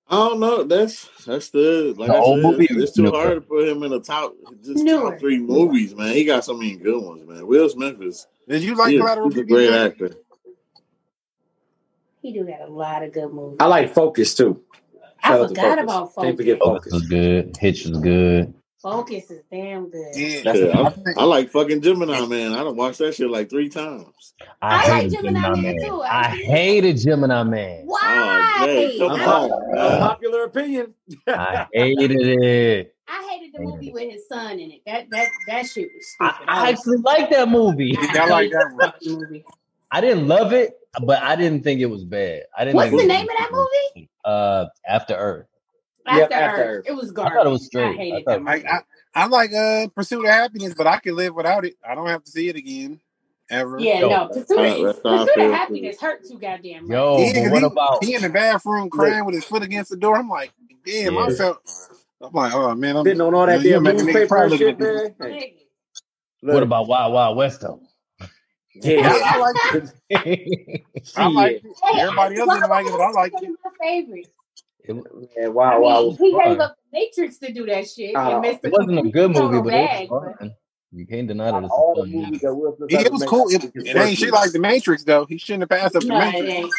E: I don't know. That's that's the like
F: The
E: I
F: old
E: said.
F: movie
E: It's,
F: or
E: it's too
F: newer?
E: hard to put him in the top just top
D: Newer.
E: three movies, man. He got so many good ones, man. Will Smith is
G: Did you like
E: he is,
G: Collateral
E: he's a
G: Beauty,
E: great
G: Jay?
E: actor.
D: He do got a lot of good movies.
C: I like Focus too.
D: I
C: Shout out to
D: forgot
C: Focus.
D: about
C: Can't
D: Focus.
C: forget
F: Focus was
C: Focus.
F: good. Hitch was good.
D: Focus is damn good.
G: Yeah,
C: That's a
E: Shit, I,
G: I
C: classic.
G: think.
E: I like fucking Gemini man. I done watched that shit like three times.
F: I
D: I like
F: hated
D: Gemini
F: Gemini
D: Man
F: Man.
D: too. I
F: I
D: did.
F: hated Gemini Man.
E: Oh
D: Why?
E: Jay, come
D: I
C: Unpop-
E: on,
G: uh,
E: man.
C: unpopular opinion.
F: I
C: I,
F: hated it.
D: I hated the
F: Hated
D: movie
F: it.
D: with his son in it. That that that shit was
F: I,
D: stupid. I
F: I
D: was
F: actually like that movie.
D: I
G: Yeah, I like
D: hate
G: that
D: that
G: one.
D: fucking movie.
F: I didn't love it, but I didn't think it was bad. I didn't
D: What's
F: think
D: the
F: it was
D: name of that movie?
F: bad. Uh, After Earth.
C: Yep,
D: After
C: After
D: Earth.
C: Earth.
D: It was
F: I thought it
D: garbage.
F: was
D: I
F: straight. I
D: hated
F: thought
D: that
F: it was
G: Like
D: movie.
F: straight.
G: I, I like uh Pursuit of Happiness, but I can live without it. I don't have to see it again ever.
D: Yeah,
F: Yo,
D: no. Pursuit
E: Uh,
D: of,
E: that's how I
D: Pursuit of
E: feel too.
D: Happiness hurt too goddamn much.
F: yo,
G: Yeah,
F: Oh, but
G: because
F: what
G: he
F: about
G: he in the bathroom
C: Look,
G: crying with his foot against the door. I'm like, damn, I
F: yeah?
G: felt. I'm like, oh man, I'm
C: Sitting on all that
G: you
C: damn
G: make a nigga
C: newspaper
G: proud
C: and
G: looking at
C: shit,
G: this.
C: man. Hey,
F: What
C: look.
F: about Wild Wild West though?
C: Yeah,
G: I, I like it.
C: shit.
G: I
E: uh,
G: like it.
D: Hey,
G: Everybody else didn't like it, but I like
D: One
G: it.
D: of my favorites.
F: It,
C: Man,
D: I
C: wow,
D: mean,
C: wow.
D: he
F: fun.
D: gave up the Matrix to do that shit.
C: Uh,
D: and messed
F: it
D: it
F: wasn't a good
D: completely
F: movie,
D: on
F: but
D: bag,
F: it was fun. You can't deny that it's
C: All
F: a
C: the
F: fun
C: movies
F: movie.
C: that Will Smith
G: It
C: ever
G: was
C: made,
G: cool.
C: I
G: It,
C: think his
G: it ain't
C: worst
G: shit
C: movie.
G: like the Matrix though. He shouldn't have passed up the
D: No, it
G: Matrix.
D: ain't.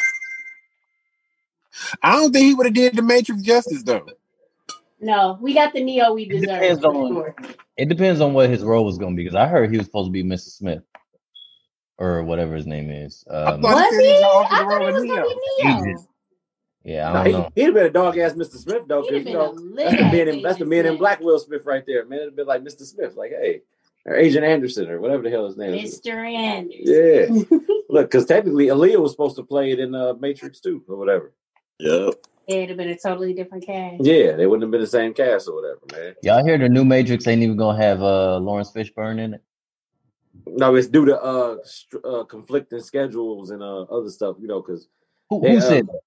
G: I don't think he would have did the Matrix justice though.
D: No, we got the Neo we
F: It
D: deserve
F: depends
D: for
F: on
D: sure.
F: it depends on what his role was going to be because I heard he was supposed to be Mr. Smith or whatever his name is.
G: I
F: Um,
G: thought he
D: Was
G: said he
D: he?
G: was gonna offer
D: I
G: the
D: thought
G: role
D: he
G: of
D: was gonna
G: Neo.
D: be Neo.
F: Agent. Yeah, I
C: No,
F: don't
C: he
F: know.
C: he'd have been a dog ass Mr. Smith though, because
D: He'd
C: you
D: have been a
C: know that's
D: lit
C: the man
D: ass
C: in that's the
D: Agent
C: man in
D: Smith.
C: black Will Smith right there. Man, it'd been like Mr. Smith, like hey, or Agent Anderson or whatever the hell his name is.
D: Mr. Anders.
C: Yeah, look, because technically Aaliyah was supposed to play it in uh, Matrix Two or whatever.
E: Yep.
D: It'd have been a totally different cast.
C: Yeah, they wouldn't have been the same cast or whatever, man.
F: Y'all hear the new Matrix ain't even gonna have uh Lawrence Fishburne in it.
C: No, it's due to uh, str- uh conflicting schedules and uh other stuff, you know, because
F: Who,
C: they
F: who
C: uh,
F: said that?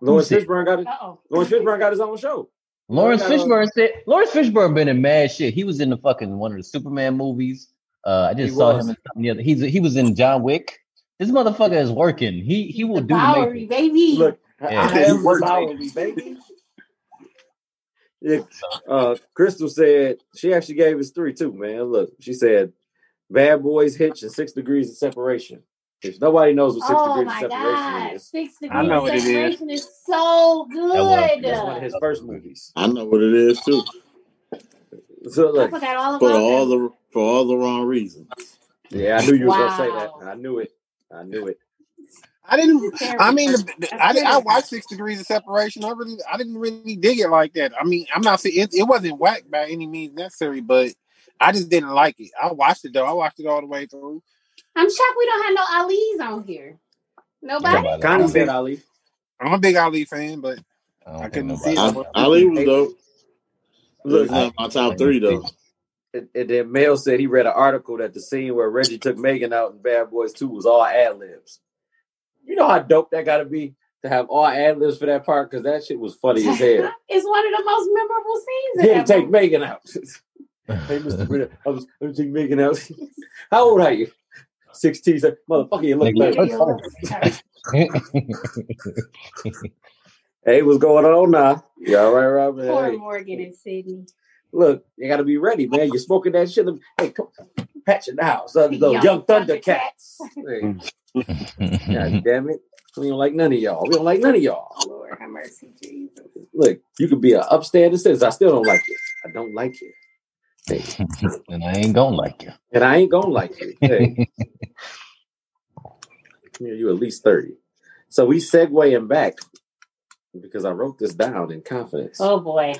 C: Lawrence
F: said-
C: Fishburne got it.
D: Uh oh.
C: Lawrence Fishburne got his own show.
F: Lawrence
C: They got, uh,
F: Fishburne said Lawrence Fishburne been in mad shit. He was in the fucking one of the Superman movies. Uh, I
C: He
F: just saw
C: was.
F: him in something the other. He's he was in John Wick. This motherfucker is working. He he will do the
D: Bowery,
F: Matrix.
D: baby.
C: Look,
F: Yeah.
C: I have the Bowery, baby. Yeah, uh, Crystal said she actually gave us three too, man. Look, she said Bad Boys, Hitch, and Six Degrees of Separation. If nobody knows what Six
D: Oh
C: Degrees of
D: my
C: Separation
D: God.
C: is,
D: Six
F: I
D: degrees
F: know
D: of
G: what it is.
D: separation is so
F: was-
D: good.
C: that's one of his first movies.
E: I know what it is too.
C: So
D: I
C: look,
D: forgot all
E: For
D: about
E: all
D: them.
E: the for all the wrong reasons.
C: yeah, I knew you was gonna say that.
D: Wow.
C: I knew it. I knew it.
G: I didn't. I
D: Terrible
G: mean,
D: person.
G: the, the,
D: That's
G: I did, I
D: terrible.
G: watched Six Degrees of Separation. I really, I didn't really dig it like that. I mean, I'm not saying it, it wasn't whack by any means necessary, but I just didn't like it. I watched it though. I watched it all the way through.
D: I'm shocked we don't have no Ali's on here.
F: I
D: Nobody?
F: don't think
C: Connie
F: nobody-
C: said Ali.
G: I'm a big Ali fan, but
F: I
G: I
F: don't think
G: couldn't see it.
F: nobody.
G: I
E: I,
G: wasn't-
E: Ali was
C: Hey,
E: dope. It's
C: look,
F: I
E: not my top three though.
C: and, and then Mel said he read an article that the scene where Reggie took Megan out in Bad Boys Two was all ad libs. You know how dope that got to be to have all ad libs for that part because that shit was funny as hell.
D: it's one of the most memorable scenes
C: Yeah,
D: in that
C: take
D: movie.
C: Megan out. hey, Mr. Britta, I was, I was taking Megan out. How old are you? 16. Sir. Motherfucker, you look
F: Nigga,
C: better.
D: Nigga,
F: look
D: you look sorry.
C: Hey, what's going on now? You all right, Robin?
D: Poor
C: Hey,
D: Morgan and Sydney.
C: look, you got to be ready, man. You're smoking that shit. Let me- Hey, come on. Patch it out. Son, those young,
D: Young
C: Thundercats. Hey, God damn it. We don't like none of y'all. We don't like none of y'all.
D: Lord have mercy, Jesus.
C: Look, you could be an upstanding citizen. I still don't like you. I don't like you. Hey,
F: and I ain't gonna like you.
C: and I ain't going to like you. Hey. you know, you at least 30. So we segueing back because I wrote this down in confidence.
D: Oh boy.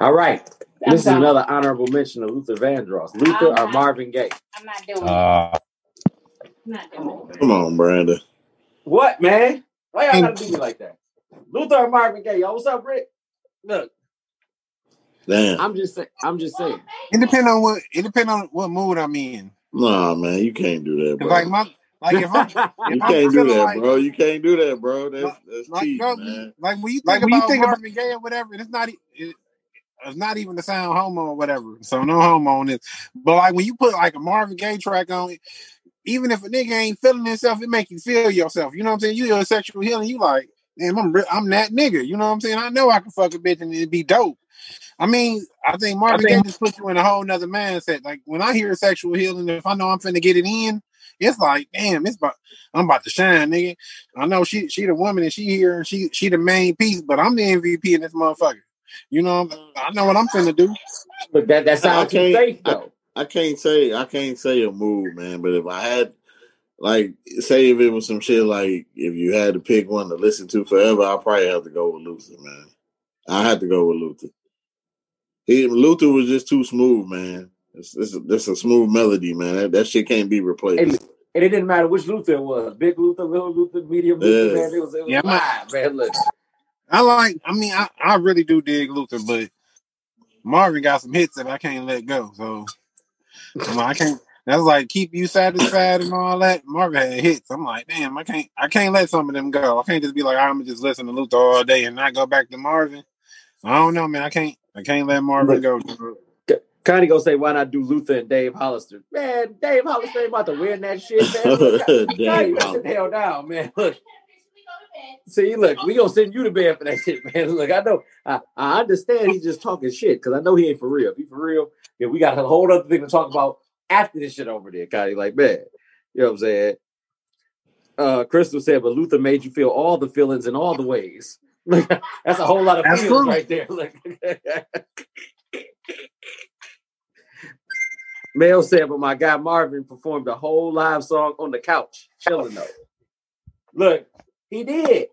C: All right.
D: I'm
C: this is
D: gone.
C: another honorable mention of Luther Vandross. Luther
D: I'm
C: or
D: not-
C: Marvin Gaye?
D: I'm not doing it.
F: Uh,
D: I'm not doing it.
E: Come on, Brandon.
C: What, man? Why y'all gotta do me like that? Luther or Marvin Gaye? Yo, what's up, Rick? Look,
E: Damn.
C: I'm just saying. I'm just saying.
G: It depends on what it depends on what mood I'm in.
E: Nah, man, you can't do that,
G: 'Cause,
E: bro.
G: like my like if I'm
E: you
G: I'm
E: can't do
G: feeling
E: that,
G: like-
E: bro. You can't do that, bro. That's that's
G: like
E: cheap,
G: bro,
E: man.
G: like when you think
H: Like, when you
G: about
H: think about-
G: Marvin Gaye or whatever, it's not e- it, it's not even the sound homo or whatever. So no homo on this. But like when you put like a Marvin Gaye track on, even if a nigga ain't feeling himself, it make you feel yourself. You know what I'm saying? You do a sexual healing. You like, damn, I'm re- I'm that nigga. You know what I'm saying? I know I can fuck a bitch and it'd be dope. I mean, I think Marvin Gaye just puts you in a whole nother mindset. Like when I hear sexual healing, if I know I'm finna get it in, it's like, damn, it's about I'm about to shine, nigga. I know she she the woman and she here and she she the main piece, but I'm the MVP in this motherfucker. You know, I know what I'm finna do.
C: Look, that that sounds
E: I
C: too
E: can't-
G: uh,
C: safe though.
E: I can't say I can't say a move, man. But if I had like say if it was some shit like if you had to pick one to listen to forever, I probably have to go with Luther, man. I had to go with Luther. He, Luther was just too smooth, man. It's, it's, it's a smooth melody, man. That, that shit can't be
C: And,
E: replaced.
C: and it didn't matter which Luther it was, big Luther, little Luther, medium Luther,
E: Yeah.
C: man. It was, it was
G: Yeah, I'm not-
C: live, man. Look,
G: I like. I mean, I, I really do dig Luther, but Marvin got some hits that I can't let go. So I'm like, I can't. That's like keep you satisfied and all that. Marvin had hits. I'm like, damn, I can't. I can't let some of them go. I can't just be like, I'm gonna just listen to Luther all day and not go back to Marvin. I don't know, man. I can't. I can't let Marvin go. dog.
C: Connie gonna say, why not do Luther and Dave Hollister? Man, Dave Hollister ain't about to win that shit, man. Look, Connie,
E: Damn,
C: you sitting hell down, man. Look, see, look, we gonna send you to bed for that shit, man. Look, I know, I, I understand he's just talking shit because I know he ain't for real. If he for real, yeah, we got a whole other thing to talk about after this shit over there, Connie. Like, man, you know what I'm saying? Uh, Crystal said, but Luther made you feel all the feelings in all the ways. Look, that's a whole lot of
G: That's
C: feelings
G: true.
C: right there. Look. Mel said, but my guy Marvin performed a whole live song on the couch, chilling though. Look, he did.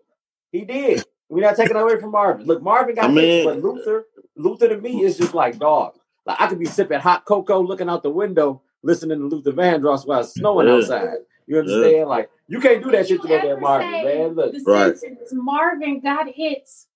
C: He did. We're not taking away from Marvin. Look, Marvin got
E: I
C: hits,
E: mean-
C: but Luther, Luther to me is just like dog. Like I could be sipping hot cocoa, looking out the window, listening to Luther Vandross while it's snowing
E: Yeah.
C: outside. You understand? Like you can't do that shit to no damn Marvin, man. Look,
D: The
E: Right.
D: sentence, Marvin got hits,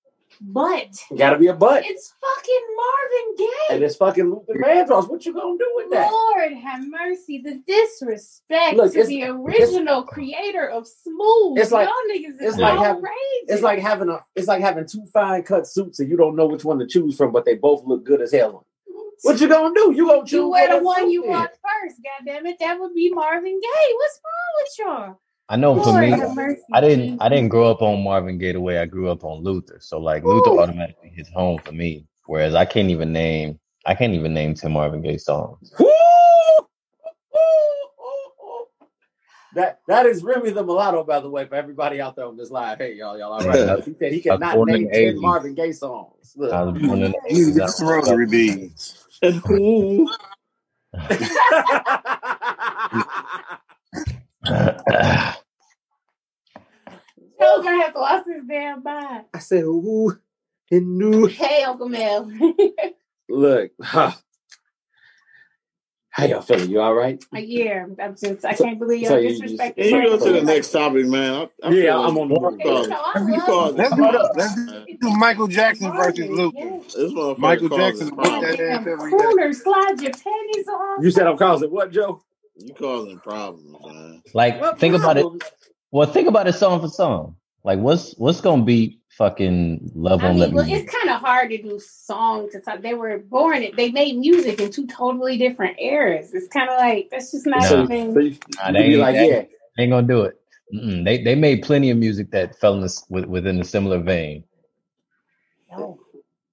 D: but
C: gotta be a butt.
D: it's fucking Marvin
C: And
D: Gaye.
C: it's fucking Luther Vandross. What you gonna do with that?
D: Lord have mercy. The disrespect
C: Look,
D: to
C: it's-
D: the original creator of Smooth.
C: it's like-
D: Y'all niggas is
C: it's like having-
D: outrageous.
C: It's like having a it's like having two fine cut suits and you don't know which one to choose from, but they both look good as hell on. What you gonna do? You gonna choose
D: you wear the
C: that
D: one
C: suit
D: you
C: then.
D: want first. God damn it, that would be Marvin Gaye. What's wrong
F: I know
D: with y'all?
F: for me,
D: Lord have mercy.
F: I didn't I didn't grow up on Marvin Gaye the way I grew up on Luther. So like Luther
D: Ooh.
F: automatically hits home for me. Whereas I can't even name I can't even name ten Marvin Gaye songs.
C: Woo! Woo! Woo! Woo! That that is Remy the mulatto, by the way, for everybody out there on this live. Hey y'all, y'all all right. he said he
F: I
C: cannot
F: was born in
C: name
F: the
C: ten
F: 80s.
C: Marvin Gaye songs. Look.
F: I was born in the
G: I need to
F: eighties. I
G: get some rosary
F: was
G: beads.
E: And who?
F: I
D: Children have lost his damn mind.
C: I said, ooh, and knew.
D: Hey, Uncle Mel.
C: Look, huh. how y'all feeling? You all right?
D: yeah, I'm just, I can't believe
C: So
D: y'all
C: you just-
D: disrespected.
E: And you go to the next topic, man. I,
C: yeah,
E: I feel
C: I'm
E: like
C: on the move.
E: you called it. You called
G: Let's
E: it.
G: do,
C: Hold up.
G: let's do Michael Jackson versus Luther.
E: This motherfucker
G: Michael
E: causing
G: Jackson whooped
E: problems.
G: that ass every day.
D: Cooner, slide your panties off.
C: You said I'm causing what, Joe?
E: You causing problems, man.
F: like
C: What
F: think about it.
C: problem?
F: Well, think about it song for song. Like what's what's gonna beat fucking Love
D: I
F: on
D: mean,
F: Let
D: well,
F: Me
D: it's kind of hard to do song because they were born. They made music in two totally different eras. It's kind of like that's just not
F: Nah.
D: even.
C: So you, you
F: Nah,
C: could
F: they
C: be
F: ain't-
C: like,
F: they
C: yeah,
F: ain't- They ain't gonna do it. Mm-mm. They they made plenty of music that fell in this, with- within a similar vein.
C: So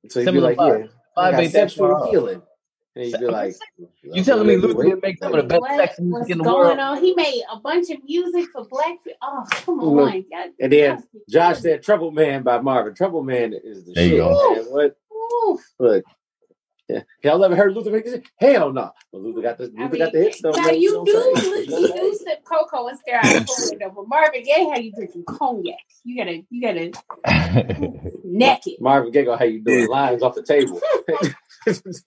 C: you'd be
F: Similar
C: like, yeah, I
F: Vibe
C: got
F: ain't that far
C: sexual
F: off.
C: healing. And you'd be
F: I'm
C: like,
F: You telling me
C: "Wait,
F: Luther
C: wait,
F: didn't make some of the
D: What
F: best sex music
D: was
F: in the
D: going
F: world?
D: on? He made a bunch of music for black people. Oh, come on.
C: Look,
D: Y'all-
C: And then
D: y'all-
C: Josh said Trouble Man by Marvin. Trouble Man is the
F: There you
C: shit.
F: go.
C: Man. What?
D: Ooh,
C: Look. Yeah. Y'all ever heard Luther make this? Hell no. But Luther got the Luther
D: I
C: got the
D: mean,
C: hits though.
D: now
C: man.
D: you
C: know
D: do
C: what I'm saying?
D: you do sip cocoa and stare out the window, but Marvin Gaye had you drinking cognac. You gotta you gotta neck it.
C: Marvin Gaye, go, how you doing?
G: Yeah.
C: Lines off the table.
G: It was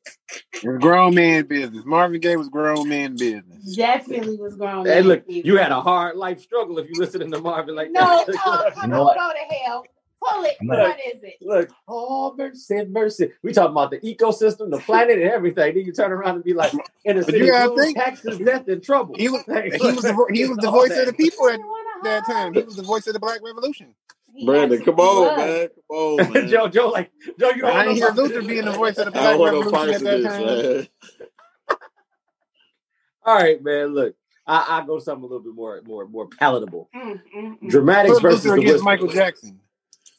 G: grown man business. Marvin Gaye was grown man business.
D: Definitely was grown.
C: hey,
D: man
C: look,
D: music.
C: you had a hard life struggle if you listening to Marvin like
D: no,
C: that.
D: oh, come
F: You know
D: on,
F: what?
D: go to hell. Pull it.
F: I'm
C: not-
D: What is it?
C: Look, oh mercy, mercy. We talking about the ecosystem, the planet, and everything. Then you turn around and be like, in the
G: But
C: city,
G: you gotta
C: of blues,
G: think-
C: taxes, death, and trouble.
G: He was
C: Like,
G: he was the, vo- he was the voice of the people at
D: You wanna
G: that time.
D: hug?
G: He was the voice of the Black Revolution.
D: He
E: Brandon, come
D: absolutely
E: on,
D: was.
E: man. Come on, man.
C: Joe, Joe, like Joe, you don't
G: I
C: know
G: ain't hear
C: about
G: Luther
C: this.
G: being the voice of the
E: I don't
G: Black
E: want no
G: Revolution
E: parts
G: at
E: of
G: that
E: this,
G: time.
E: man.
C: All right, man. Look, I, I go something a little bit more, more, more palatable.
D: Mm, mm, mm.
C: Dramatics
G: Put
C: versus
G: Luther
C: the
G: against
C: Whispers.
G: Michael Jackson.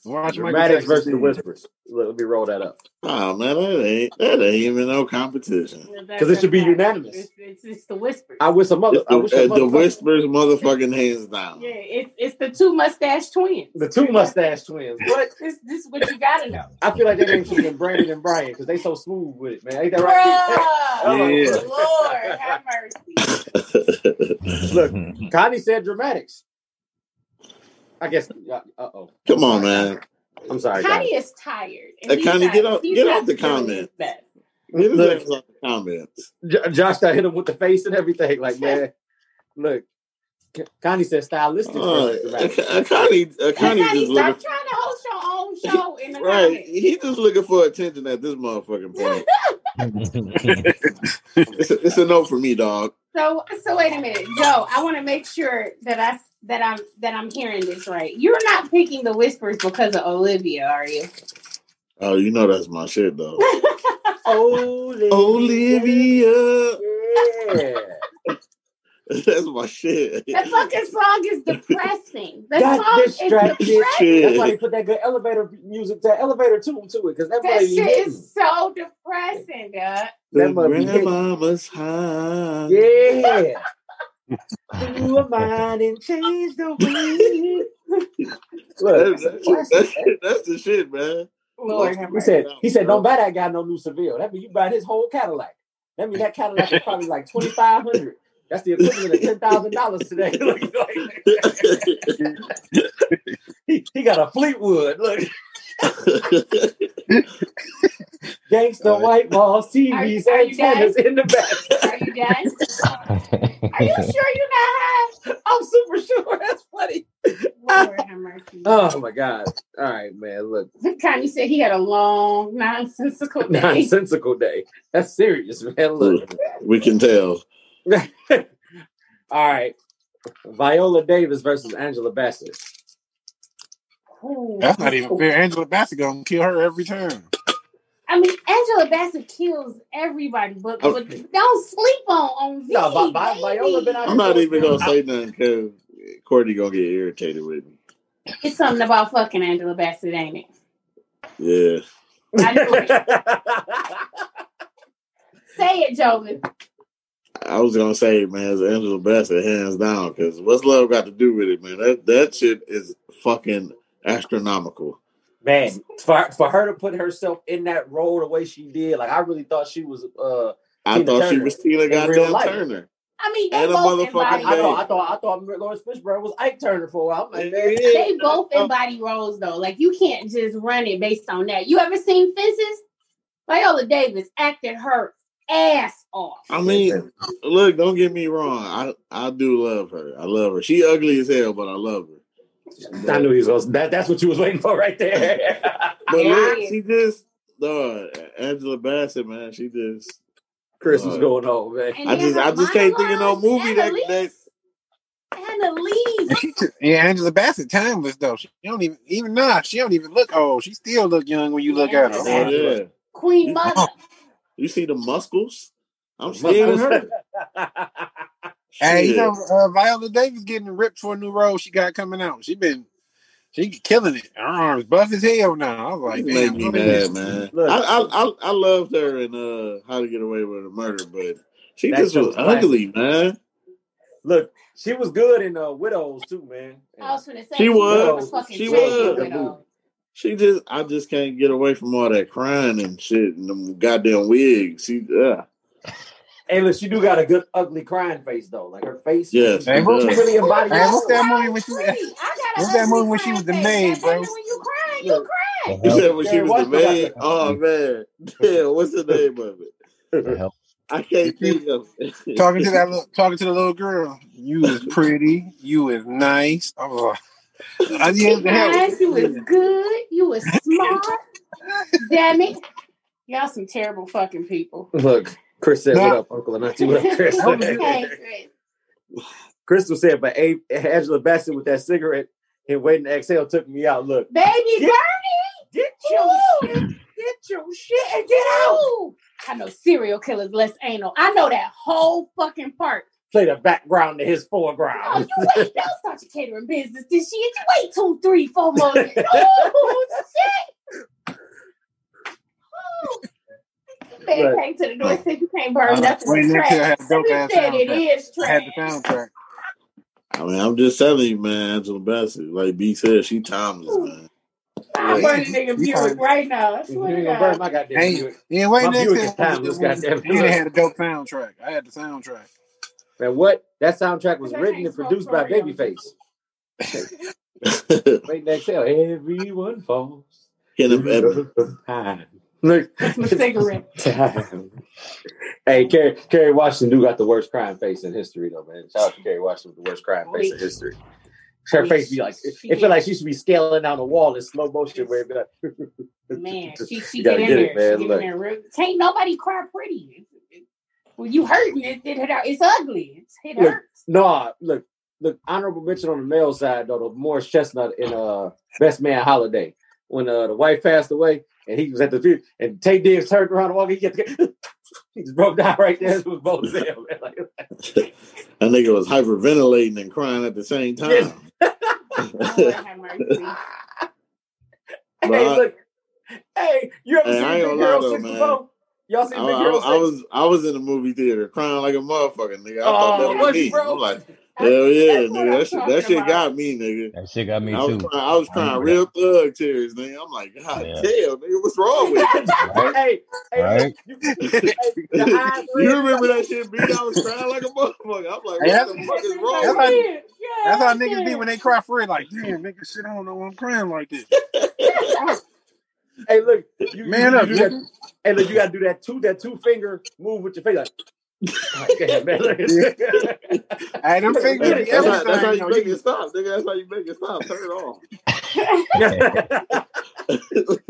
G: Watch Michael
C: Dramatics
G: Jackson.
C: versus the
G: sing.
C: Whispers. Let me roll that up
E: Oh man, that ain't that ain't even no competition.
C: because it should be unanimous.
D: It's, it's, it's the whispers.
C: I wish a mother.
E: The,
C: I wish a
E: uh, the
C: motherfucker-
E: whispers, motherfucking hands down.
D: yeah, it's it's the two mustache twins.
C: The two mustache twins. What?
D: This this is what you gotta know.
C: I feel like their name should have been Brandon and Brian because they so smooth with it, man. Ain't that right?
D: Bruh,
G: Yeah.
D: Lord have mercy.
C: Look, Connie said dramatics. I guess. Uh oh.
E: Come on, man.
C: I'm sorry, Connie.
D: Connie is tired.
E: Hey,
D: he's
E: Connie,
D: not-
E: get out-
D: he's
E: get
D: not
E: out the
D: feeling his
E: comments.
D: best.
E: Get his
C: Look,
E: ass out the comments.
C: J- Josh, I hit him with the face and everything. Like, man, look. C- Connie said stylistic
E: Uh,
C: versus dramatics.
E: Akani,
D: Connie,
E: Akani
D: stop
E: just
D: trying
E: looking
D: to host your own show in the
E: right. He just looking for attention at this motherfucking point. It's a, it's a no for me, dog.
D: So so wait a minute, Joe. I want to make sure that I that I'm that I'm hearing this right. You're not picking the whispers because of Olivia, are you?
E: Oh, you know that's my shit, though.
C: Olivia.
E: Olivia.
C: Yeah.
E: That's my shit.
D: That fucking song is depressing. That
C: Got
D: song is
C: distracted.
D: depressing.
C: That's why
E: shit.
C: they put that good elevator music, that elevator tune to it, because that
D: That
C: might be
D: shit
C: hitting.
D: is so depressing, dude.
E: The
C: That must be hitting.
E: grandmama's high.
C: Yeah. Blew her mind and changed the way. Look, that's
E: That's,
C: a
E: that's,
C: classic.
E: that's- that's the shit, man.
D: Lord have
C: He
D: mercy.
C: said, he said, don't buy that guy no new Seville. That mean you buy his whole Cadillac. That mean that Cadillac is probably like twenty five hundred. That's the equivalent of ten thousand dollars today. Look, like, he, he got a Fleetwood. Look, gangsta
E: All
C: white ball
D: Are
C: TV
D: you- are you
C: Santana's in the back.
D: Are you done? Are you sure you're
C: I'm super sure that's funny.
D: not high? Lord have mercy.
C: Oh my god! All right, man. Look,
D: Connie said he had a long, nonsensical day.
C: nonsensical day. That's serious, man. Look.
E: we can tell.
C: All right, Viola Davis versus Angela Bassett.
D: Ooh.
G: That's not even fair. Angela Bassett gonna kill her every time.
D: I mean, Angela Bassett kills everybody, but,
E: Oh.
D: but don't sleep on on V.
C: No, Vi- Vi- Viola been out
E: I'm not even gonna say nothing because Courtney gonna get irritated with me.
D: It's something about fucking Angela Bassett, ain't it?
E: Yeah.
D: I knew it. Say it, Joven.
E: I was gonna say, man, it's Angela Bassett hands down. Because what's love got to do with it, man? That that shit is fucking astronomical.
C: Man, for for her to put herself in that role the way she did, like I really thought she was. uh
E: I
C: Tina
E: thought she
C: Turner
E: was Tina
C: in real
E: goddamn
C: life.
E: Turner.
D: I mean, they
E: And a
D: both
E: motherfucking
C: I,
D: embody.
C: I know.
E: dog.
C: I thought. I thought Lawrence Fishburne was Ike Turner for a while. I'm like, man,
D: They both embody roles though. Like you can't just run it based on that. You ever seen Fences? Viola Davis acted her ass off.
E: I mean, look, don't get me wrong. I I do love her. I love her. She ugly as hell, but I love her.
C: I knew he was. Gonna, that, that's what you was waiting for right there.
E: But
D: Yeah.
E: look, she just no Angela Bassett, man. She just
C: Chris, what's
E: Uh,
C: going on, man?
D: And
E: I
D: then
E: just-
D: her
E: I just can't think of no
D: monologues,
E: movie that-
D: Annalise. Annalise.
G: She t- yeah, Angela Bassett timeless though. She don't even even now. She don't even look old. She still look young when you look at her.
D: Oh,
E: oh, yeah.
D: Queen Mother.
E: You see the muscles? I'm
C: The
E: scared of her.
G: Hey, you
E: Shit.
G: know, uh, Viola Davis getting ripped for a new role she got coming out. She been she killing it. Her arms buff as hell now. I was like,
E: This made
G: damn,
E: me
G: look at this.
E: mad, man.
C: Look.
E: I, I I I loved her in uh How to Get Away with a Murder, but she
C: That
E: just
C: shit
E: was
C: was classic.
E: ugly, man.
C: Look, she was good in uh, Widows too, man.
D: I Oh, was gonna say
E: She was.
D: a fucking um,
E: She
D: she
E: was.
D: was.
E: She just I just can't get away from all that crying and shit and them goddamn wigs. She uh,
C: Hey, look, she do got a good ugly crying face though. Like her face,
E: yes, she
G: Hey, what-
C: she
E: does.
C: really embodies.
G: Hey, what's that
D: That
G: movie when she what's that movie when she was the maid, bro?
D: When you crying,
C: Look.
D: you crying.
E: You
F: Help.
E: said when she
C: Jerry
E: was the
C: Washington got
E: maid.
C: the-
E: Oh man, damn! What's the name of it?
F: The help.
E: I can't think of it.
G: Talking to that little, talking to the little girl. You is pretty. You is nice. I was like, I
D: You
G: didn't have
D: guys, you was good. You was smart. Damn it. Y'all some terrible fucking people.
C: Look, Chris said,
G: Nah.
C: "What up, Uncle?" And Auntie, what up, Chris?
D: okay, great.
C: Crystal said, "But A- Angela Bassett with that cigarette and waiting to exhale took me out. Look,
D: Baby
C: Get-
D: girl,
C: get
D: Ooh.
C: get your shit and
D: Ooh. I know serial killers less anal. I know that whole fucking part.
C: Play the background to his
D: Oh,
C: foreground.
D: you wait, don't start your catering business this year. You wait two, three, four more years. Oh, shit. Oh. The Man
C: Right.
D: came to the door and said you can't burn
G: Uh,
D: nothing.
G: wait,
D: It's
G: next year I
D: trash.
G: had dope
D: Somebody
G: ass
D: said it
G: soundtrack.
D: is
G: I had
D: trash.
G: the soundtrack.
E: I mean, I'm just telling you, man. Angela Bassett, like B said, she timeless, man.
D: I'm
G: Yeah.
D: burning nigga
G: You
D: Buick
G: probably-
D: right now. I
C: You
D: swear to
C: ain't gonna burn
D: God.
C: my goddamn
G: Hey,
C: Buick.
G: yeah, wait
C: My
G: next
C: Buick
G: year.
C: is timeless, goddamn it.
G: And it had a dope soundtrack. I had the soundtrack.
C: Man, what? That soundtrack was
D: I
C: written
D: can't
C: and produced by
D: smoke Oreo.
C: Babyface. Wait next hell. Everyone falls.
E: Can it ever?
C: Time. Look,
D: That's my cigarette.
C: time. Hey, Kerry, Kerry Washington do got the worst crying face in history, though, man. Shout out to Kerry Washington with the worst crying face in history. Her face be like, it feel like she should be scaling down a wall in slow motion. Where it be like,
D: Man, she, she
C: You
D: get
C: gotta
D: in
C: get
D: there.
C: it, man,
D: She get
C: look.
D: in there. real- Can't nobody cry pretty. When you hurting, it, it, hurt. it's ugly. It's, it
C: Look.
D: hurts.
C: Nah, look, look, honorable mention on the male side though, the Morris Chestnut in uh Best Man Holiday. when uh, the wife passed away and he was at the funeral and Tay Diggs turned around and walked, he, kept, he just broke down right there. It was both of them. man. Like,
E: That nigga was hyperventilating and crying at the same time.
D: Lord have mercy.
E: But
C: hey,
E: I-
C: look, hey, you ever
E: Hey, I ain't
C: seen Big
E: gonna lie
C: Hero
E: though,
C: Six
E: man.
C: before? Y'all
E: I,
C: seen Big
E: I,
C: Hero
E: I
C: Six?
E: was I was in the movie theater crying like a motherfucker, nigga. I thought
C: Oh,
E: that was
C: was
E: me.
C: you, bro?
E: I'm like, hell yeah,
D: That's what
E: nigga.
D: I'm
E: That shit, that
D: talking
E: shit
D: about.
E: got me, nigga.
F: That shit got me
E: I was
F: too.
E: crying, I was
F: I
E: crying
F: remember that.
E: real thug tears, nigga. I'm like, God
F: Yeah.
E: damn, nigga, what's wrong with you?
F: Right?
C: hey, hey,
F: Right?
C: look, you, hey, the eyes
E: you
C: red.
E: remember that shit, B? I was crying like a motherfucker. I'm like,
G: Hey,
E: what
G: that's-
E: the fuck is
G: that's
E: wrong
G: how-
E: with you?
D: Yeah,
G: That's how
D: I
G: niggas be
D: did.
G: when they cry for it. Like, damn, nigga, shit, I don't know why I'm crying like this.
C: Hey, look, you, you-
G: Man
C: you
G: up,
C: do that.
G: nigga.
C: Hey, look, you gotta do that two that two finger move with your finger. Like, God damn, man.
G: Hey, them fingers
E: That's,
G: be
E: that's how, that's how
G: everything,
E: you
G: though.
E: make
G: You,
E: it stop, nigga. That's how you make it stop. Turn it off.
C: Look,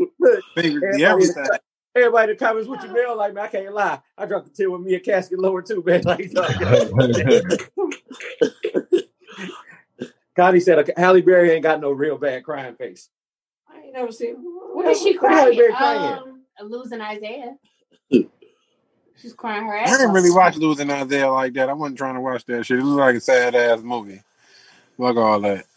G: fingers
C: everybody, in
G: be everything.
C: the, everybody in the comments with your mail, like, man, I can't lie. I dropped the tear with me and casket lower too, man. Like, dog, Connie said, okay, Halle Berry ain't got no real bad crying face. I ain't never seen.
D: What is she
C: What Halle
D: crying?
C: Berry crying?
D: Um, losing Isaiah. She's crying her
G: I
D: ass
G: didn't
D: off.
G: really watch Losing Isaiah like that. I wasn't trying to watch that shit. It was like a sad ass movie. Fuck all that.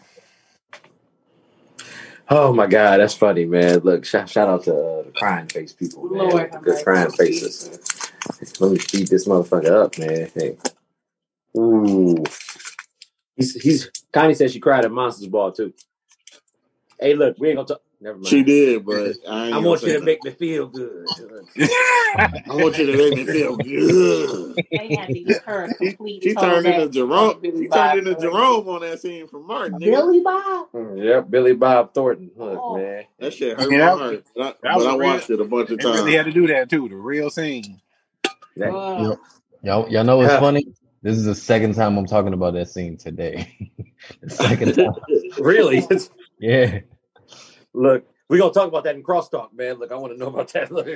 C: Oh my God, that's funny, man. Look, shout, shout out to uh, the crying face people, man.
D: Lord,
C: the good
D: I'm
C: crying
D: like,
C: faces. Let me beat this motherfucker up, man. Hey. Ooh. He's, he's Connie said she cried at Monsters Ball too. Hey, look, we ain't gonna talk. Never mind.
E: She did, but I ain't
C: I
E: gonna
C: want you
E: say
C: to
E: nothing.
C: make me feel good.
E: I want you to make me feel good.
D: They had to give her a complete.
E: She turned into
D: throwback
E: Jerome.
D: of Billy
E: She turned
D: Bob
E: into
D: Thornton.
E: Jerome on that scene from Martin. Nigga.
D: Billy Bob.
C: Mm, Yep, Billy Bob Thornton. Look,
D: Oh.
C: man.
E: That shit
G: Yeah,
E: hurt my
G: that-
E: heart. But I,
G: that was
E: but I
G: a real.
E: watched it a bunch of
G: They really had
E: times.
G: to do that too. The real scene.
C: That-
D: Wow.
F: Y'all, y'all know what's
C: Huh.
F: funny? This is the second time I'm talking about that scene today. the second time.
C: really?
F: Yeah.
C: look, we gonna talk about that in crosstalk, man. Look, I want to know about that. Look.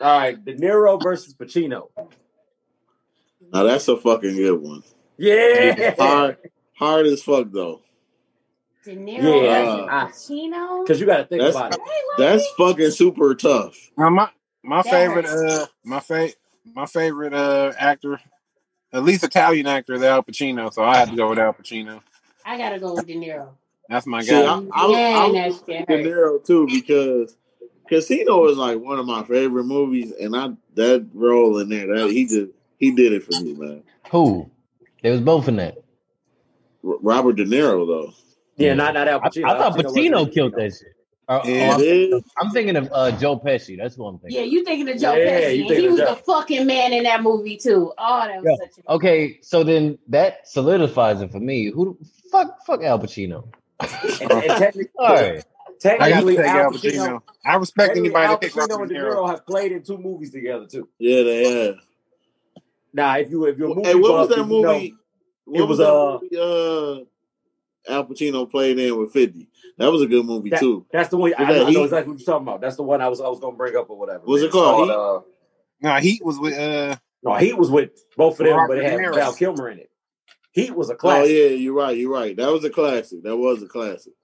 C: All right, De Niro versus Pacino.
E: now that's a fucking good one.
C: Yeah.
E: Hard, hard as fuck though.
D: De Niro
C: Yeah,
E: Uh,
D: versus Pacino.
C: because you got to think
E: That's-
C: about it.
E: That's fucking super tough.
G: Now, my my
D: That
G: favorite
D: hurts.
G: uh my fa- my favorite uh actor, at least Italian actor, is Al Pacino. So I had to go with Al Pacino.
D: I gotta go with De Niro.
G: That's my
E: See,
G: guy.
E: I, I, I
D: Man, that
E: was
D: shit
E: De
D: hurt.
E: Niro too because Casino is like one of my favorite movies, and I that role in there, that he just he did it for me, man.
F: Who? They was both in that.
E: R- Robert De Niro though.
C: Yeah,
F: Yeah.
C: not not Al
F: I,
C: Pacino.
F: I
C: Al
F: thought
C: Pacino wasn't in
F: Pacino
C: Casino.
F: killed that shit. Uh,
C: Uh-huh.
F: oh,
G: Yeah.
E: He
F: I'm,
E: did.
F: I'm thinking of uh, Joe Pesci. That's what I'm thinking.
D: Yeah,
F: of.
D: you thinking of Joe
C: Yeah,
D: Pesci?
C: you
D: and
C: thinking
D: he
C: of
D: was
C: Joe.
D: the fucking man in that movie too. Oh, that was
F: Yeah.
D: such a
F: Okay, so then that solidifies it for me. Who the fuck? Fuck Al Pacino.
C: And, and technically,
F: Sorry.
G: I got to
C: technically,
G: take
C: Al
G: Al
C: Pacino,
G: Pacino. I respect
C: technically
G: anybody
C: Al
G: that picks
C: Pacino
G: Robert
C: and
G: De
C: De
G: Niro.
C: Niro have played in two movies together too.
E: Yeah, they had.
C: Now, if you if you're a
E: Hey,
C: movie
E: what
C: buff,
E: was that
C: then you know
E: movie? What
C: it was
E: was that
C: uh
E: movie? Uh, Al Pacino played in with Fifty. That was a good movie
C: that
E: too.
C: that's the one I,
E: Was that
C: I know
E: Heat?
C: exactly what you're talking about. That's the one I was I was gonna bring up or whatever.
E: Was
C: man.
E: it called Heat?
C: uh,
G: No, Heat was with uh
C: no, Heat was with both of them, but
G: Robert
C: it
G: De
C: had
G: Niro.
C: Val Kilmer in it. Heat was a
E: Oh
C: classic.
E: yeah, you're right. You're right. That was a classic. That was a classic.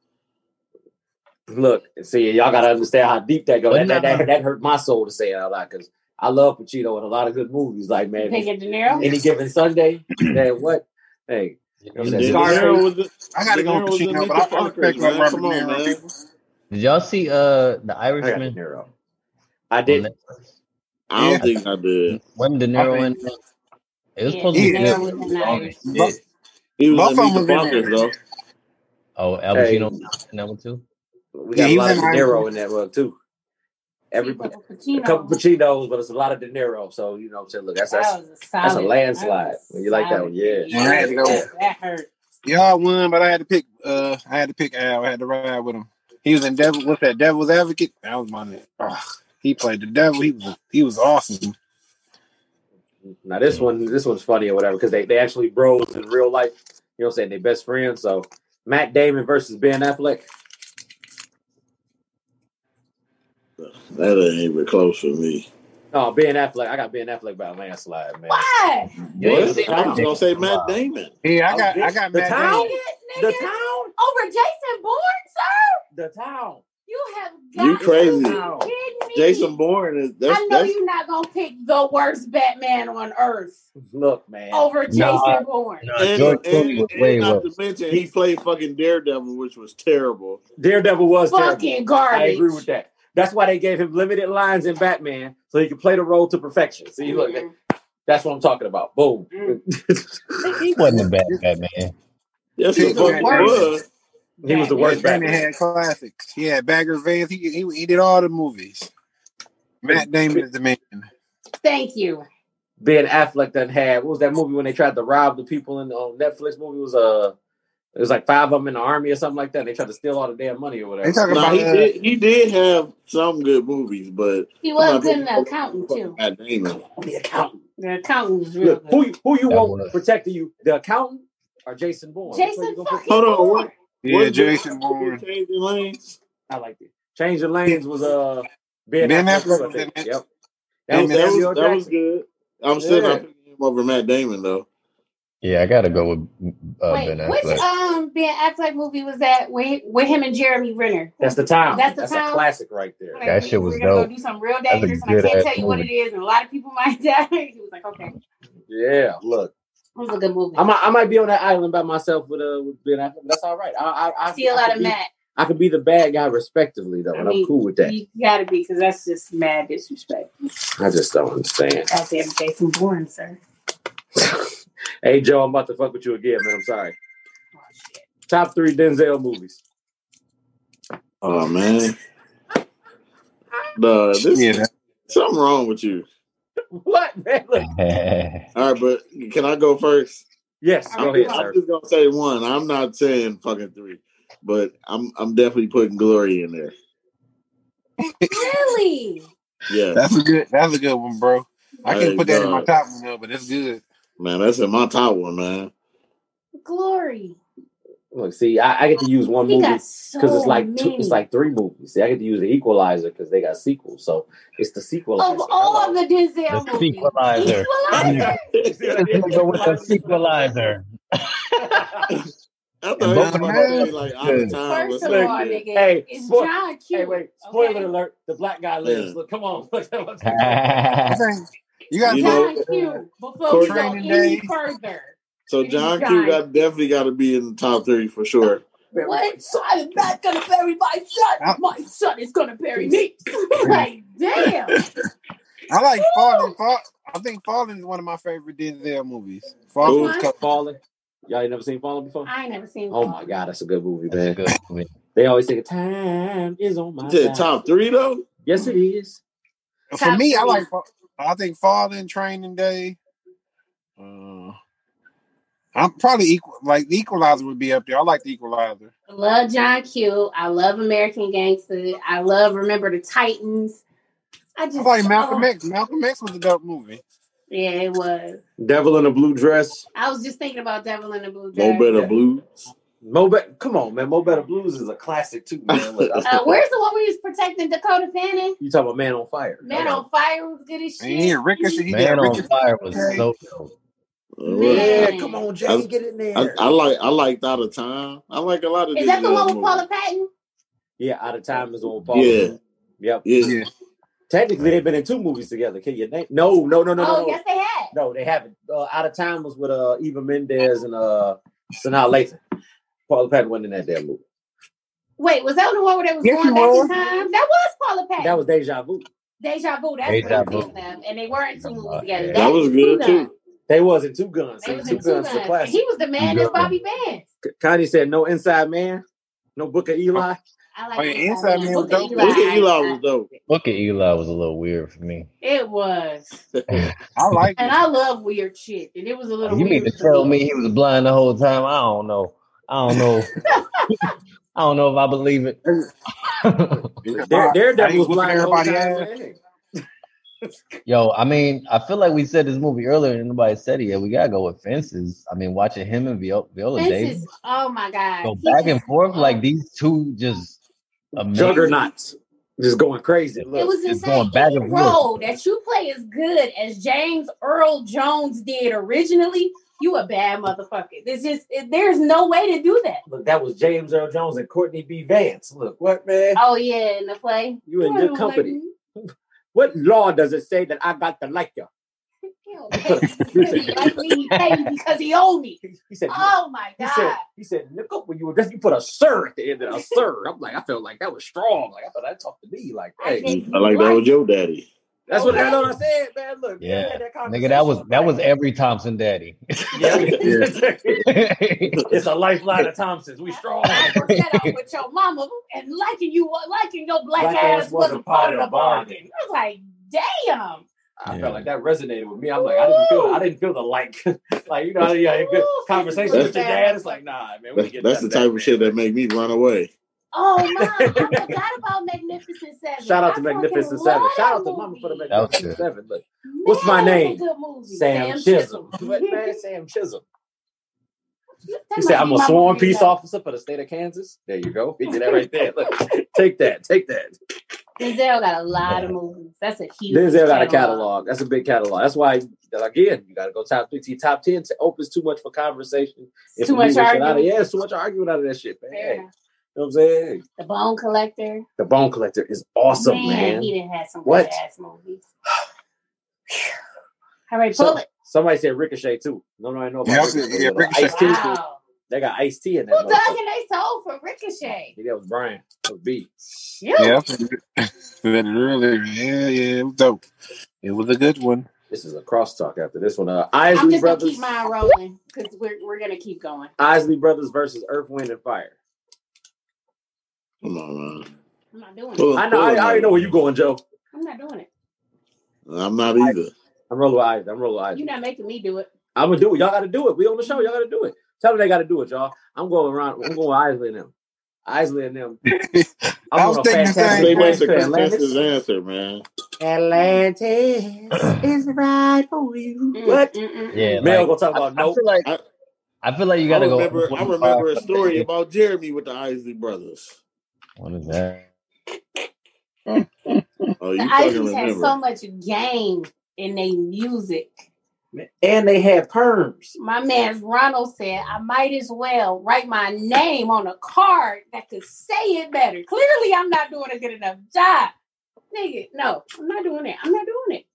C: Look, see, y'all gotta understand how deep that goes.
F: But
C: That, that,
F: nah.
C: that, that hurt my soul to say it out loud because I love Pacino in a lot of good movies. Like
D: You
C: man,
D: think of De Niro?
C: any given Sunday, man, what? Hey,
F: You
C: Was
E: And
C: that
E: then
F: did-
E: De
C: Scarface?
E: Niro was the,
G: I
E: De
G: got to go
E: Niro
G: with
E: was in
G: Pacino,
E: Meet the
G: but I fucking
E: Fockers,
G: respect my
E: man.
G: Robert
E: Come
G: De
E: on,
G: Niro.
E: man.
G: people.
F: Did y'all see uh the
C: I got De
F: Irishman
C: Niro. I
F: on
C: didn't.
F: Netflix?
E: I
G: Yeah,
E: don't think I did.
F: When De
G: I
F: Niro
G: think
F: in that? It was
D: Yeah,
F: supposed to
D: De
F: be
G: yeah.
F: good,
D: Niro
F: but
D: was
F: it
D: an
F: was all this
D: Irishman.
G: Both
F: shit.
E: He was
G: both
E: in Meet
G: of them
E: the
G: was in there.
E: Fockers though.
F: Oh, Al
C: Hey,
F: Pacino was in that one too.
C: we
G: Yeah,
C: got a
G: he was
C: lot
G: in
C: of De
G: Irishman.
C: Niro in that one too.
D: See, a
C: Everybody,
D: couple
C: a couple
D: Pacino.
C: Pacinos, but it's a lot of De Niro. So you know, what I'm saying, look, that's that's
D: That was a
C: that's a
D: solid. That
C: landslide.
D: was
C: You like that
D: solid.
C: one, yeah?
G: Yeah, I had to go.
D: That, that hurt.
G: Y'all won, but I had to pick. Uh, I had to pick Al. I had to ride with him. He was in Devil. What's that? Devil's Advocate. That was my name. Ugh, he played the devil. He was he was awesome.
C: Now this one, this one's funny or whatever because they they actually bros in real life. You know, what I'm saying they best friends. So Matt Damon versus Ben Affleck.
E: That ain't even close for me.
C: Oh, Ben Affleck. I got Ben Affleck by a landslide, man.
D: Why?
F: You ain't
E: What?
F: seen
E: I
F: that
E: was
C: Town.
F: nigga
E: gonna say
F: in a
E: Matt
F: while.
E: Damon.
G: Yeah, I
C: Oh,
G: got I
C: Ben-
G: got
C: the
G: Matt Damon.
C: town.
D: Nigga,
C: The
D: nigga,
C: town.
D: over Jason Bourne, sir?
C: the towel.
D: You have got
E: You crazy.
D: to be kidding me.
E: Jason Bourne is that's
D: I know
E: that's
D: you're not gonna pick the worst Batman on earth
C: Look, man.
D: over Jason
F: I-
D: Bourne.
E: and,
F: George
E: and,
F: Clooney was
E: and
F: way
E: not
F: worse.
E: to mention he played fucking Daredevil, which was terrible.
C: Daredevil was terrible.
D: Fucking garbage.
C: I agree with that. That's why they gave him limited lines in Batman so he could play the role to perfection. See, look,
D: Mm.
C: that's what I'm talking about. Boom.
D: Mm.
F: He wasn't a bad Batman.
E: Yes, he
G: He's
E: fucking
D: worse.
E: was.
C: He was the worst
G: Batman
C: Batman.
G: had classics. He had Bagger Vance. He, he he did all the movies. Matt Damon is the man.
D: Thank you.
C: Ben Affleck done had what was that movie when they tried to rob the people in the uh, Netflix movie? It was uh it was like five of them in the army or something like that. and they tried to steal all the damn money or
G: They
C: whatever.
G: talking
E: No,
G: about
E: he
G: uh,
E: did. He did have some good movies, but
D: He
E: I'm
D: was
E: not
D: good
E: picking
D: enough accountant too.
E: Matt Damon.
C: The accountant.
D: The accountant was real
C: Look, who you- who you
F: That
C: want
F: was-
C: protecting you? The accountant or Jason Bourne?
D: good.
C: Which one
D: Jason
C: you gonna pick?
D: fucking
E: Hold on,
D: Bourne.
E: what-
G: yeah,
E: Wasn't
G: Jason
E: Ben
G: Bourne.
E: Changing lanes.
C: I liked it. Change the lanes was uh Ben,
G: Ben
C: Affleck. too,
G: Affleck
C: I
G: was in
C: think.
G: that.
C: Yep. That
G: Ben
C: was
E: That was
C: Samuel
E: that was
C: Jackson.
E: good. I'm still
C: Yeah.
E: not picking him over Matt Damon though.
F: Yeah, I gotta go with uh,
D: Wait,
F: Ben
D: which
F: Affleck.
D: um Ben Affleck movie was that with, with him and Jeremy Renner?
C: That's the time.
D: That's the
C: a
D: time?
C: classic right there.
D: Like,
F: That
D: we-
F: shit was
D: We're gonna
F: dope.
D: go do something real
F: That's a
D: dangerous, and I
F: good
D: can't
F: ass
D: tell you what it
F: movie.
D: is, and a lot of people might die. he was like, okay, it
C: Yeah, look.
D: was a good movie.
C: I might, I might be on that island by myself with uh with Ben Affleck. but That's all right. I I, I
D: Steal
C: I
D: out
C: could
D: of
C: be-
D: Matt.
C: I could be the bad guy respectively though,
D: I
C: and
D: mean,
C: I'm cool with that.
D: You gotta be, because that's just mad disrespect.
C: I just don't understand.
D: Out there, Jason Bourne, sir.
C: Hey Joe, I'm about to fuck with you again, man. I'm sorry.
D: Oh, shit.
C: Top three Denzel movies.
E: Oh man, Duh, Uh, this
G: Yeah, that-
E: something wrong with you.
C: What man? Look.
E: All right, but can I go first?
C: Yes,
D: I'm
C: go
E: I'm,
C: ahead,
E: I'm
C: sir.
E: just gonna say one. I'm not saying fucking three, but I'm I'm definitely putting Glory in there.
D: Really?
E: Yeah,
G: that's a good. That's a good one, bro. I
E: Hey,
G: can put that in my
E: God.
G: top one though, but it's good.
E: man, that's in my top one, man.
D: Glory.
C: Look, see, I, I get to use one
D: He
C: movie
D: got
C: because
D: so
C: it's like two,
D: many.
C: it's like three movies. See, I get to use the Equalizer because they got sequels, so it's the sequelizer.
D: of all of the
F: The
D: Denzel movies.
F: sequelizer.
D: Equalizer?
F: Let's go with the sequelizer.
E: I thought
F: And
E: he
F: both
E: was
F: of
E: about
F: them
E: to
F: are
E: say like out of
F: good.
E: time or
D: First of
E: something.
D: all,
E: like that.
D: nigga,
C: Hey,
D: it's
C: spoil-
D: John Q.
C: hey, wait! Spoiler
D: okay?
C: alert: the black guy lives.
E: Yeah.
C: Look, come on. Look,
G: I think you got
E: You know,
D: John Q. Before we
E: Corey-
D: go
G: Training
D: any
G: Day.
D: further,
E: So
D: It is
E: John Q
D: John.
E: got definitely got to be in the top three for sure.
D: what? I'm not gonna bury my son.
G: I-
D: My son is gonna bury me. like, damn.
G: I like Fallen. Fall, I think Fallen is one of my favorite Denzel movies. Fallen was
D: Ooh.
G: cool.
C: Falling. Y'all ain't never seen Falling before?
D: I ain't never seen.
C: Oh my god, that's a good movie,
F: That's a
C: man.
F: good movie.
C: They always say time is on Oh, my
E: You said
C: side.
E: top three though.
C: Yes, it is.
G: For me, I like. Fa- I think Fallen, Training Day. Uh, I'm probably equal. Like the Equalizer would be up there. I like the Equalizer.
D: I love John Q. I love American Gangster. I love Remember the Titans. I
C: Mm.
D: just
G: I like Malcolm
D: oh,
G: X. Malcolm X was a dope movie.
D: Yeah, it was.
C: Devil in a Blue Dress.
D: I was just thinking about Devil in the Blue Dress.
E: Mo Better
C: Yeah.
E: Blues.
C: Mo Be- come on, man. Mo Better Blues is a classic too, man. Look, I-
D: Uh, where's the one where he was protecting Dakota Fanning?
C: you talking about Man on Fire?
D: Man on Fire was good as
G: And he
D: shit.
G: had Ricochet. He
F: Man
G: got
F: on
G: Ricochet.
F: Fire was
G: Okay.
F: so dope.
E: Alright.
C: Yeah,
D: Man.
C: come on, Jay,
E: I-
C: get in
E: I,
C: there.
E: I like I liked out of time. I like a lot of
D: Is that the
E: Denzel
D: one with
E: movies.
D: Paula Patton?
C: yeah, out of time is on Falling.
E: Yeah,
C: Yep.
E: yeah.
G: Yeah.
C: Technically, they've been in two movies together. Can you name? No, no, no, no,
D: oh,
C: no, no.
D: yes, they had.
C: No, they haven't. Uh, out of time was with uh, Eva Mendez and uh, Sanaa Lathan. Paula Patton wasn't in that damn movie.
D: Wait, was that the one where they was
G: Yes,
D: going
G: you
D: back
G: were.
D: in time? That was Paula Patton.
C: That was Deja Vu.
D: Deja Vu. That's
F: Deja
D: what it was
F: Vu. Oh,
D: them. And they were in two movies together.
F: Yeah.
E: That was good,
D: Two
E: too.
D: Guns.
C: They was in Two Guns.
D: They
C: See,
D: was
C: two,
D: in Two
C: Guns
D: Guns.
C: is a
D: And
C: classic.
D: he was the man that's
F: Good one.
D: Bobby Benz.
C: Connie said, "No inside man, no Book of Eli."
D: I
G: Oh,
D: like
G: yeah,
D: Inside
G: Inside
D: Man.
G: Man was
D: Book of
G: dope.
D: Eli.
E: Look at
D: I-
E: Eli
D: I-
E: was dope.
F: Book at Eli was a little weird for me.
D: It was.
G: I like
D: And
G: it.
D: I love weird shit. And it was a little
F: You mean
D: weird
F: to
D: for
F: tell
D: me.
F: me he was blind the whole time? I don't know. I don't know. I don't know if I believe it.
C: Dare,
G: How
C: Daredevil
G: uh, he
C: was
G: whooping
C: blind the whole
G: everybody
C: time.
G: ass.
C: Man.
F: Yo, I mean, I feel like we said this movie earlier and nobody said it yet. We gotta go with fences. I mean, watching him and Viola, Viola Davis
D: Fences. Oh my God.
F: go
D: He
F: back and
D: just-
F: forth like these two just amazing.
C: Juggernauts, just going crazy.
D: It
C: Look,
D: was
F: It's
D: insane.
F: going back
D: Any
F: and forth.
D: role that you play as good as James Earl Jones did originally You a bad motherfucker. It's just it, there's no way to do that.
C: Look, that was James Earl Jones and Courtney B. Vance. Look, what man?
D: Oh yeah, in the play.
C: You in good company. What law does it say that I got to like you?
D: He don't pay me because he like me. He pay me because he owe me.
C: He he said.
D: Oh my
C: He said,
D: god.
C: he said, look up when you were dressed, you put a sir at the end of that, a sir. I'm like, I felt like that was strong. Like, I thought that talked to me. Like,
D: I
C: hey,
D: think
E: I like that
D: right.
E: was your daddy.
C: that's what, that's what I said, man. Look, we
F: Yeah.
C: had
F: Nigga, that was
C: conversation.
F: that was every Thompson daddy.
C: Yeah.
F: yeah,
C: it's a lifeline of Thompson's. We strong.
D: I was set up with your mama and liking you, liking your black,
C: Black
D: ass,
C: ass
D: wasn't part of the bargain.
C: bargain.
D: I was like, damn.
C: I
F: Yeah.
C: felt like that resonated with me. I'm like, I didn't feel, I didn't feel the like, like you know, yeah, good
D: Ooh,
C: conversation
E: that's-
C: with your dad. It's like, nah, man, we
E: That's,
C: get
E: that's the
C: that
E: type
C: back,
E: of shit
C: man.
E: that make me run away.
D: Oh mom, I forgot about Magnificent Seven.
C: Shout out to
D: I
C: Magnificent
D: fucking
C: Seven.
D: love
C: Shout
D: that
C: out to Mama for the
D: movie.
F: good.
C: Magnificent Seven. Look,
D: Man,
C: What's my
D: that was a
C: name?
D: good movie.
C: Sam, Chisholm. What man, Sam Chisholm. He said, I'm a sworn peace
D: off.
C: officer for the state of Kansas. There you go. He did that right there. Look, take that. Take that.
D: Denzel got a lot of movies. That's a huge.
C: Denzel got a catalog. That's a big catalog. That's why, again, you got to go top 50. Top 10 opens too much for conversation.
D: It's
C: If
D: too
C: we leave
D: much
C: that shit Out of,
D: argument.
C: "Ah, yeah, it's too much argument out of that shit, man. You
D: Fair
C: know
D: enough.
C: what I'm saying?
D: The Bone Collector.
C: The Bone Collector is awesome,
D: man,
C: man.
D: he didn't have some
C: What?
D: good ass movies. All right,
C: So-
D: pull it.
C: Somebody said Ricochet, too. No, no, I know
G: Yeah, I
C: about
G: said-
C: Ricochet.
G: yeah,
C: but
G: Ricochet.
C: Ice-T,
D: Wow.
C: They got Ice T in that.
D: Who dug
C: motherfucker.
D: in they soul for Ricochet?
C: Maybe that was Brian. That was B.
D: Shoot.
G: Yeah, that really, yeah, yeah, it was dope. It was a good one.
C: This is a crosstalk after this one. Uh, Isley
D: I'm just gonna
C: Brothers.
D: keep mine rolling because we're we're gonna keep going.
C: Isley Brothers versus Earth, Wind, and Fire.
E: Come on, man.
D: I'm not doing it.
E: Pull-
C: I know. I, I already know where you're going, Joe.
D: I'm not doing it.
E: I'm not either.
C: I'm rolling with Isley. I'm rolling with Isley.
D: You're not making me do it.
C: I'm gonna do it. Y'all gotta do it. We on the show. Y'all gotta do it. Tell them they gotta do it, y'all. I'm going around. I'm going with Isley and them. Isley and them. I'm
G: I was
C: on a
G: thinking the
C: fantastic
G: same
E: They
C: trip
E: wasted
C: to
E: Chris
C: Atlantis.
E: Chris's answer, man.
C: Atlantis is right for you.
D: Mm,
C: What?
D: mm, mm, mm.
C: Mel
F: like,
C: gonna talk
F: I,
C: about
F: I
C: no.
F: feel like
E: I-
F: I feel like you
E: I
F: gotta
E: remember.
F: go.
E: I remember a story about Jeremy with the Isley brothers.
F: What is that?
E: Oh,
D: The
E: you fucking
D: Isleys had so
E: remember?
D: much game in their music.
C: And they had perms.
D: My man Ronald said, I might as well write my name on a card that could say it better. Clearly, I'm not doing a good enough job. Nigga, no, I'm not doing it. I'm not doing it.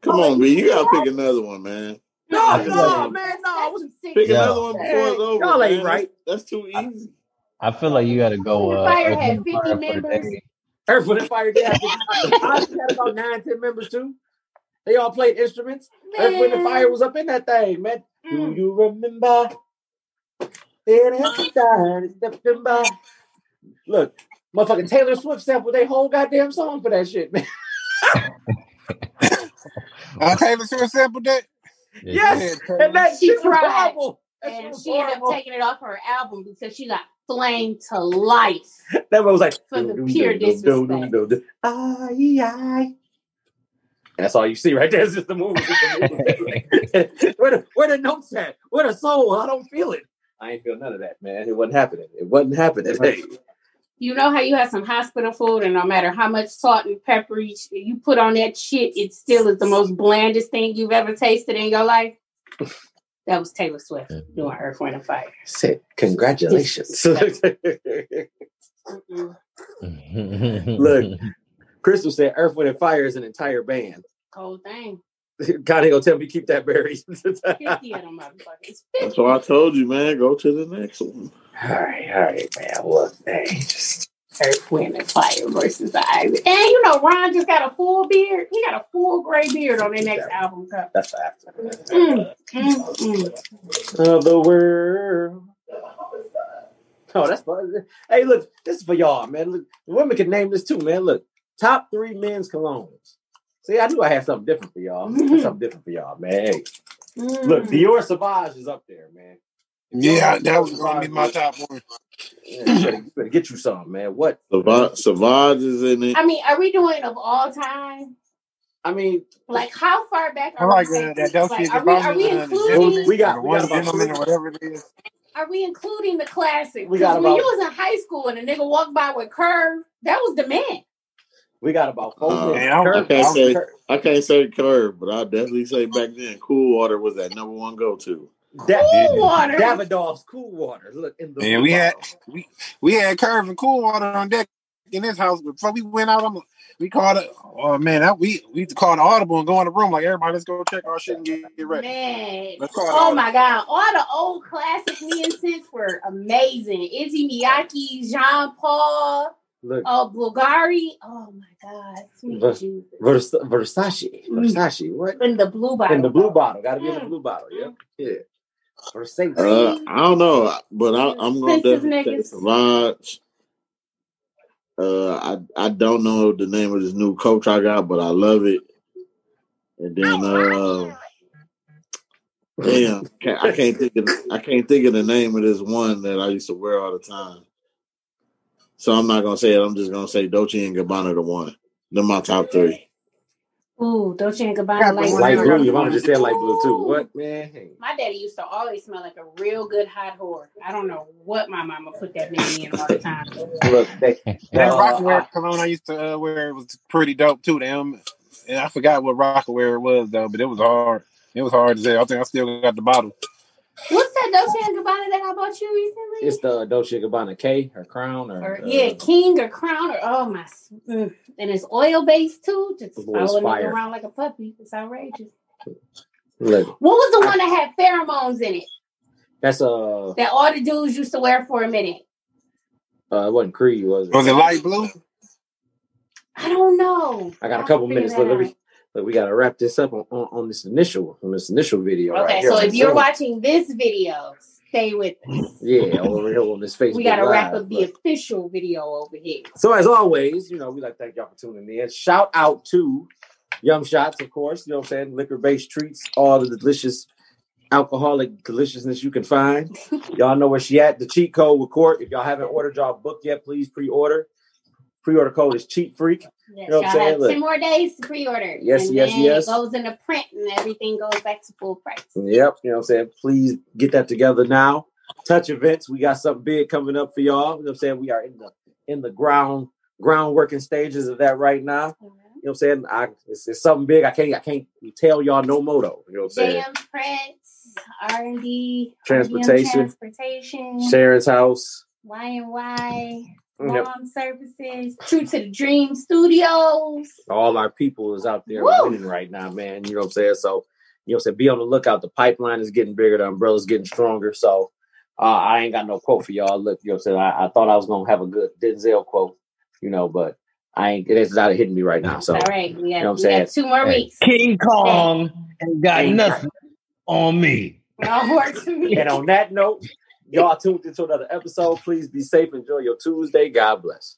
E: Come on, B. You gotta pick another one, man.
C: No,
F: I feel
C: no,
F: like-
C: man, no. I
D: That's
C: was
D: some sick
E: Pick
F: Yeah.
E: another one before it's over.
C: Y'all ain't
E: man.
C: right.
E: That's, that's too easy.
F: I feel like you gotta go. Uh,
D: Fire
F: Earth,
D: had
F: Wind,
D: 50
F: and Fire for the
D: members.
F: day.
C: Earth, Wind, and Fire did have fifty- Isley had about nine, ten members too. They all played instruments. That's when the
D: Man.
C: fire was up in that thing, man. Do
D: Mm.
C: you remember? It is time to step by. Look, motherfucking Taylor Swift sampled their whole goddamn song for that shit, man.
G: Uh, Taylor Swift sampled that.
C: Yes,
G: Yeah, Taylor.
C: and that
D: She
C: shit was
D: cried.
C: horrible. That shit
D: And
C: was
D: she ended up
C: horrible.
D: taking it off her album because she got flamed to life.
C: That one was like
D: For the pure
C: disrespect. Aye, aye. And that's all you see right there. It's just the movement. where, the, where the notes at? Where the soul? I don't feel it. I ain't feel none of that, man. It wasn't happening. It wasn't happening. Hey.
D: You know how you have some hospital food, and no matter how much salt and pepper you, you put on that shit, it still is the most blandest thing you've ever tasted in your life? That was Taylor Swift doing Earth, Wind, and Fire.
C: said, congratulations.
D: Mm-mm.
F: Look,
C: Crystal said, Earth, Wind, and Fire is an entire band.
D: Cold thing.
C: Connie gonna tell me keep that buried.
D: 50 of them motherfuckers. 50.
E: That's why I told you, man. Go to the next one.
C: all right, all right, man. Look, man. Just,
D: Earth, Wind, and Fire versus the Ivy. And you know, Ron just got a full beard. He got a full gray beard on their next album cover.
C: that's the after.
D: Mm, mm, mm.
C: Of the world. Oh, that's fun. Hey, look, this is for y'all, man. Look, women can name this too, man. Look, top three men's colognes. See, I knew I had something different for y'all. I had something different for y'all, man. Hey,
D: Mm.
C: look, Dior Sauvage is up there, man.
G: Yeah, that was gonna be my top one.
C: Yeah, you better, you better get you some, man. What?
E: Savage, Savage is in it.
D: I mean, are we doing of all time?
C: I mean,
D: Like, how far back
G: I
D: are
G: like
D: we?
G: uh,
D: taking
G: that Dolce
D: this?
G: and
D: Like, are we, are we
G: Gabbana, uh, the gentleman,
D: including?
C: We got-
G: or the
C: we
G: one
C: got about
G: gentleman
C: three.
G: or whatever it is.
D: Are we including the classic?
C: We got
D: 'Cause when
C: about-
D: you was in high school and a nigga walked by with curve, that was the man.
C: we got about four
E: Uh,
C: minutes.
G: Man, I
C: Curve-
G: don't-
E: I
C: curve-
E: say-
C: curve-
E: I can't say curve, but I definitely say back then, Cool Water was that number one go to.
C: Da-
D: Cool water.
C: Davidoff's cool water. Look in the
G: Yeah, we had-
C: bottle.
G: We had Curve and Cool Water on deck in this house before we went out. I'm, we called it. Oh man, that, we we used to call it audible and go in the room like everybody. Let's go check our shit and get, get ready.
D: Man.
G: Let's call it
D: Oh
G: audible.
D: my God. All the old classic men since were amazing. Izzy Miyake, Jean Paul,
C: Look,
D: uh, Bulgari. Oh my God. Sweet
C: Vers-
D: Jesus.
C: Vers- Versace. Versace. What?
D: In the blue bottle.
C: In the blue bottle. Got to be in the
D: Mm.
C: blue bottle. Yep. Yeah. Versace.
E: Uh, I don't know, but I, I'm gonna
D: Expensive
E: definitely
D: niggas.
E: say Savage. Uh, I I don't know the name of this new coach I got, but I love it. And then uh, damn, can't- I can't think of I can't think of the name of this one that I used to wear all the time. So I'm not gonna say it. I'm just gonna say Dolce and Gabbana the one. They're my top three.
D: Ooh, Dolce and
G: Yeah,
D: Gabbana
G: but
D: light
G: when I
C: Light
G: got-
D: blue.
C: blue. Your mama just said light blue too.
D: Ooh.
C: What man? Hey.
D: My daddy used to always smell like a real good hot whore. I don't know what my mama put that man in all the time.
C: Look, they,
G: That
C: uh,
G: Rockaware
C: I-
G: cologne I used to uh, wear was pretty dope too. Damn, and I forgot what Rockaware it was though, but it was hard. It was hard to say. I think I still got the bottle.
D: What's that Dolce and Gabbana that I bought you
C: it's
D: recently?
C: the Dolce and Gabbana K, her crown, or,
D: Or
C: uh,
D: yeah, King or Crown or oh my, s- mm. and it's oil based too. Just
C: The boy's
D: following it
C: fire.
D: around like a puppy. It's outrageous.
C: Look,
D: What was the
C: I-
D: one that had pheromones in it
C: that's uh, uh,
D: that all the dudes used to wear for a minute?
C: it wasn't Creed, was it?
G: Was it light blue?
D: I don't know.
C: I got a
D: I'll
C: couple
D: figure
C: minutes.
D: that
C: Look, let
D: out.
C: me, look, we gotta wrap this up on, on, on this initial on this initial video right
D: Okay,
C: here.
D: so
C: on
D: if you're
C: Zoom.
D: watching this video, stay with us.
C: yeah, over here on this Facebook.
D: We got to wrap
C: Live,
D: up the
C: look.
D: official video over here.
C: So as always, you know, we like to thank y'all for tuning in. Shout out to Young Shots, of course. You know what I'm saying? Liquor-based treats, all the delicious alcoholic deliciousness you can find. y'all know where she at. The cheat code with court. If y'all haven't ordered y'all book yet, please pre-order. Pre-order code is cheat freak.
D: Yes,
C: know what I'm
D: y'all
C: saying?
D: have
C: Look.
D: 10 more days to pre order.
C: Yes,
D: and
C: yes,
D: then
C: yes. Mm.
D: It goes into print and everything goes back to full price.
C: Yep, you know what I'm saying? Please get that together now. Touch events. We got something big coming up for y'all. You know what I'm saying? We are in the in the ground groundworking stages of that right now. You know what I'm saying? I it's, it's something big. I can't I can't tell y'all no moto. You know what I'm saying?
D: JM Prints, R&D,
C: Transportation.
D: transportation,
C: Sharon's house.
D: Y&Y,
C: Mm, Yep.
D: Mom Services, True to the Dream Studios.
C: All our people is out there
D: Woo!
C: winning right now, man. You know what I'm saying? So you know what I'm saying? Be on the lookout. The pipeline is getting bigger, the umbrella's getting stronger. So uh, I ain't got no quote for y'all. Look, you know what I'm saying? I, I thought I was gonna have a good Denzel quote, you know, but I ain't it is not hitting me right now. So
D: All right, we got,
C: know what I'm
D: we
C: saying?
D: got two more
F: Hey,
D: weeks.
F: King Kong ain't got
C: Ain't got-
F: nothing on me.
D: Y'all work for me.
C: and on that note, y'all tuned into another episode. Please be safe. Enjoy your Tuesday. God bless.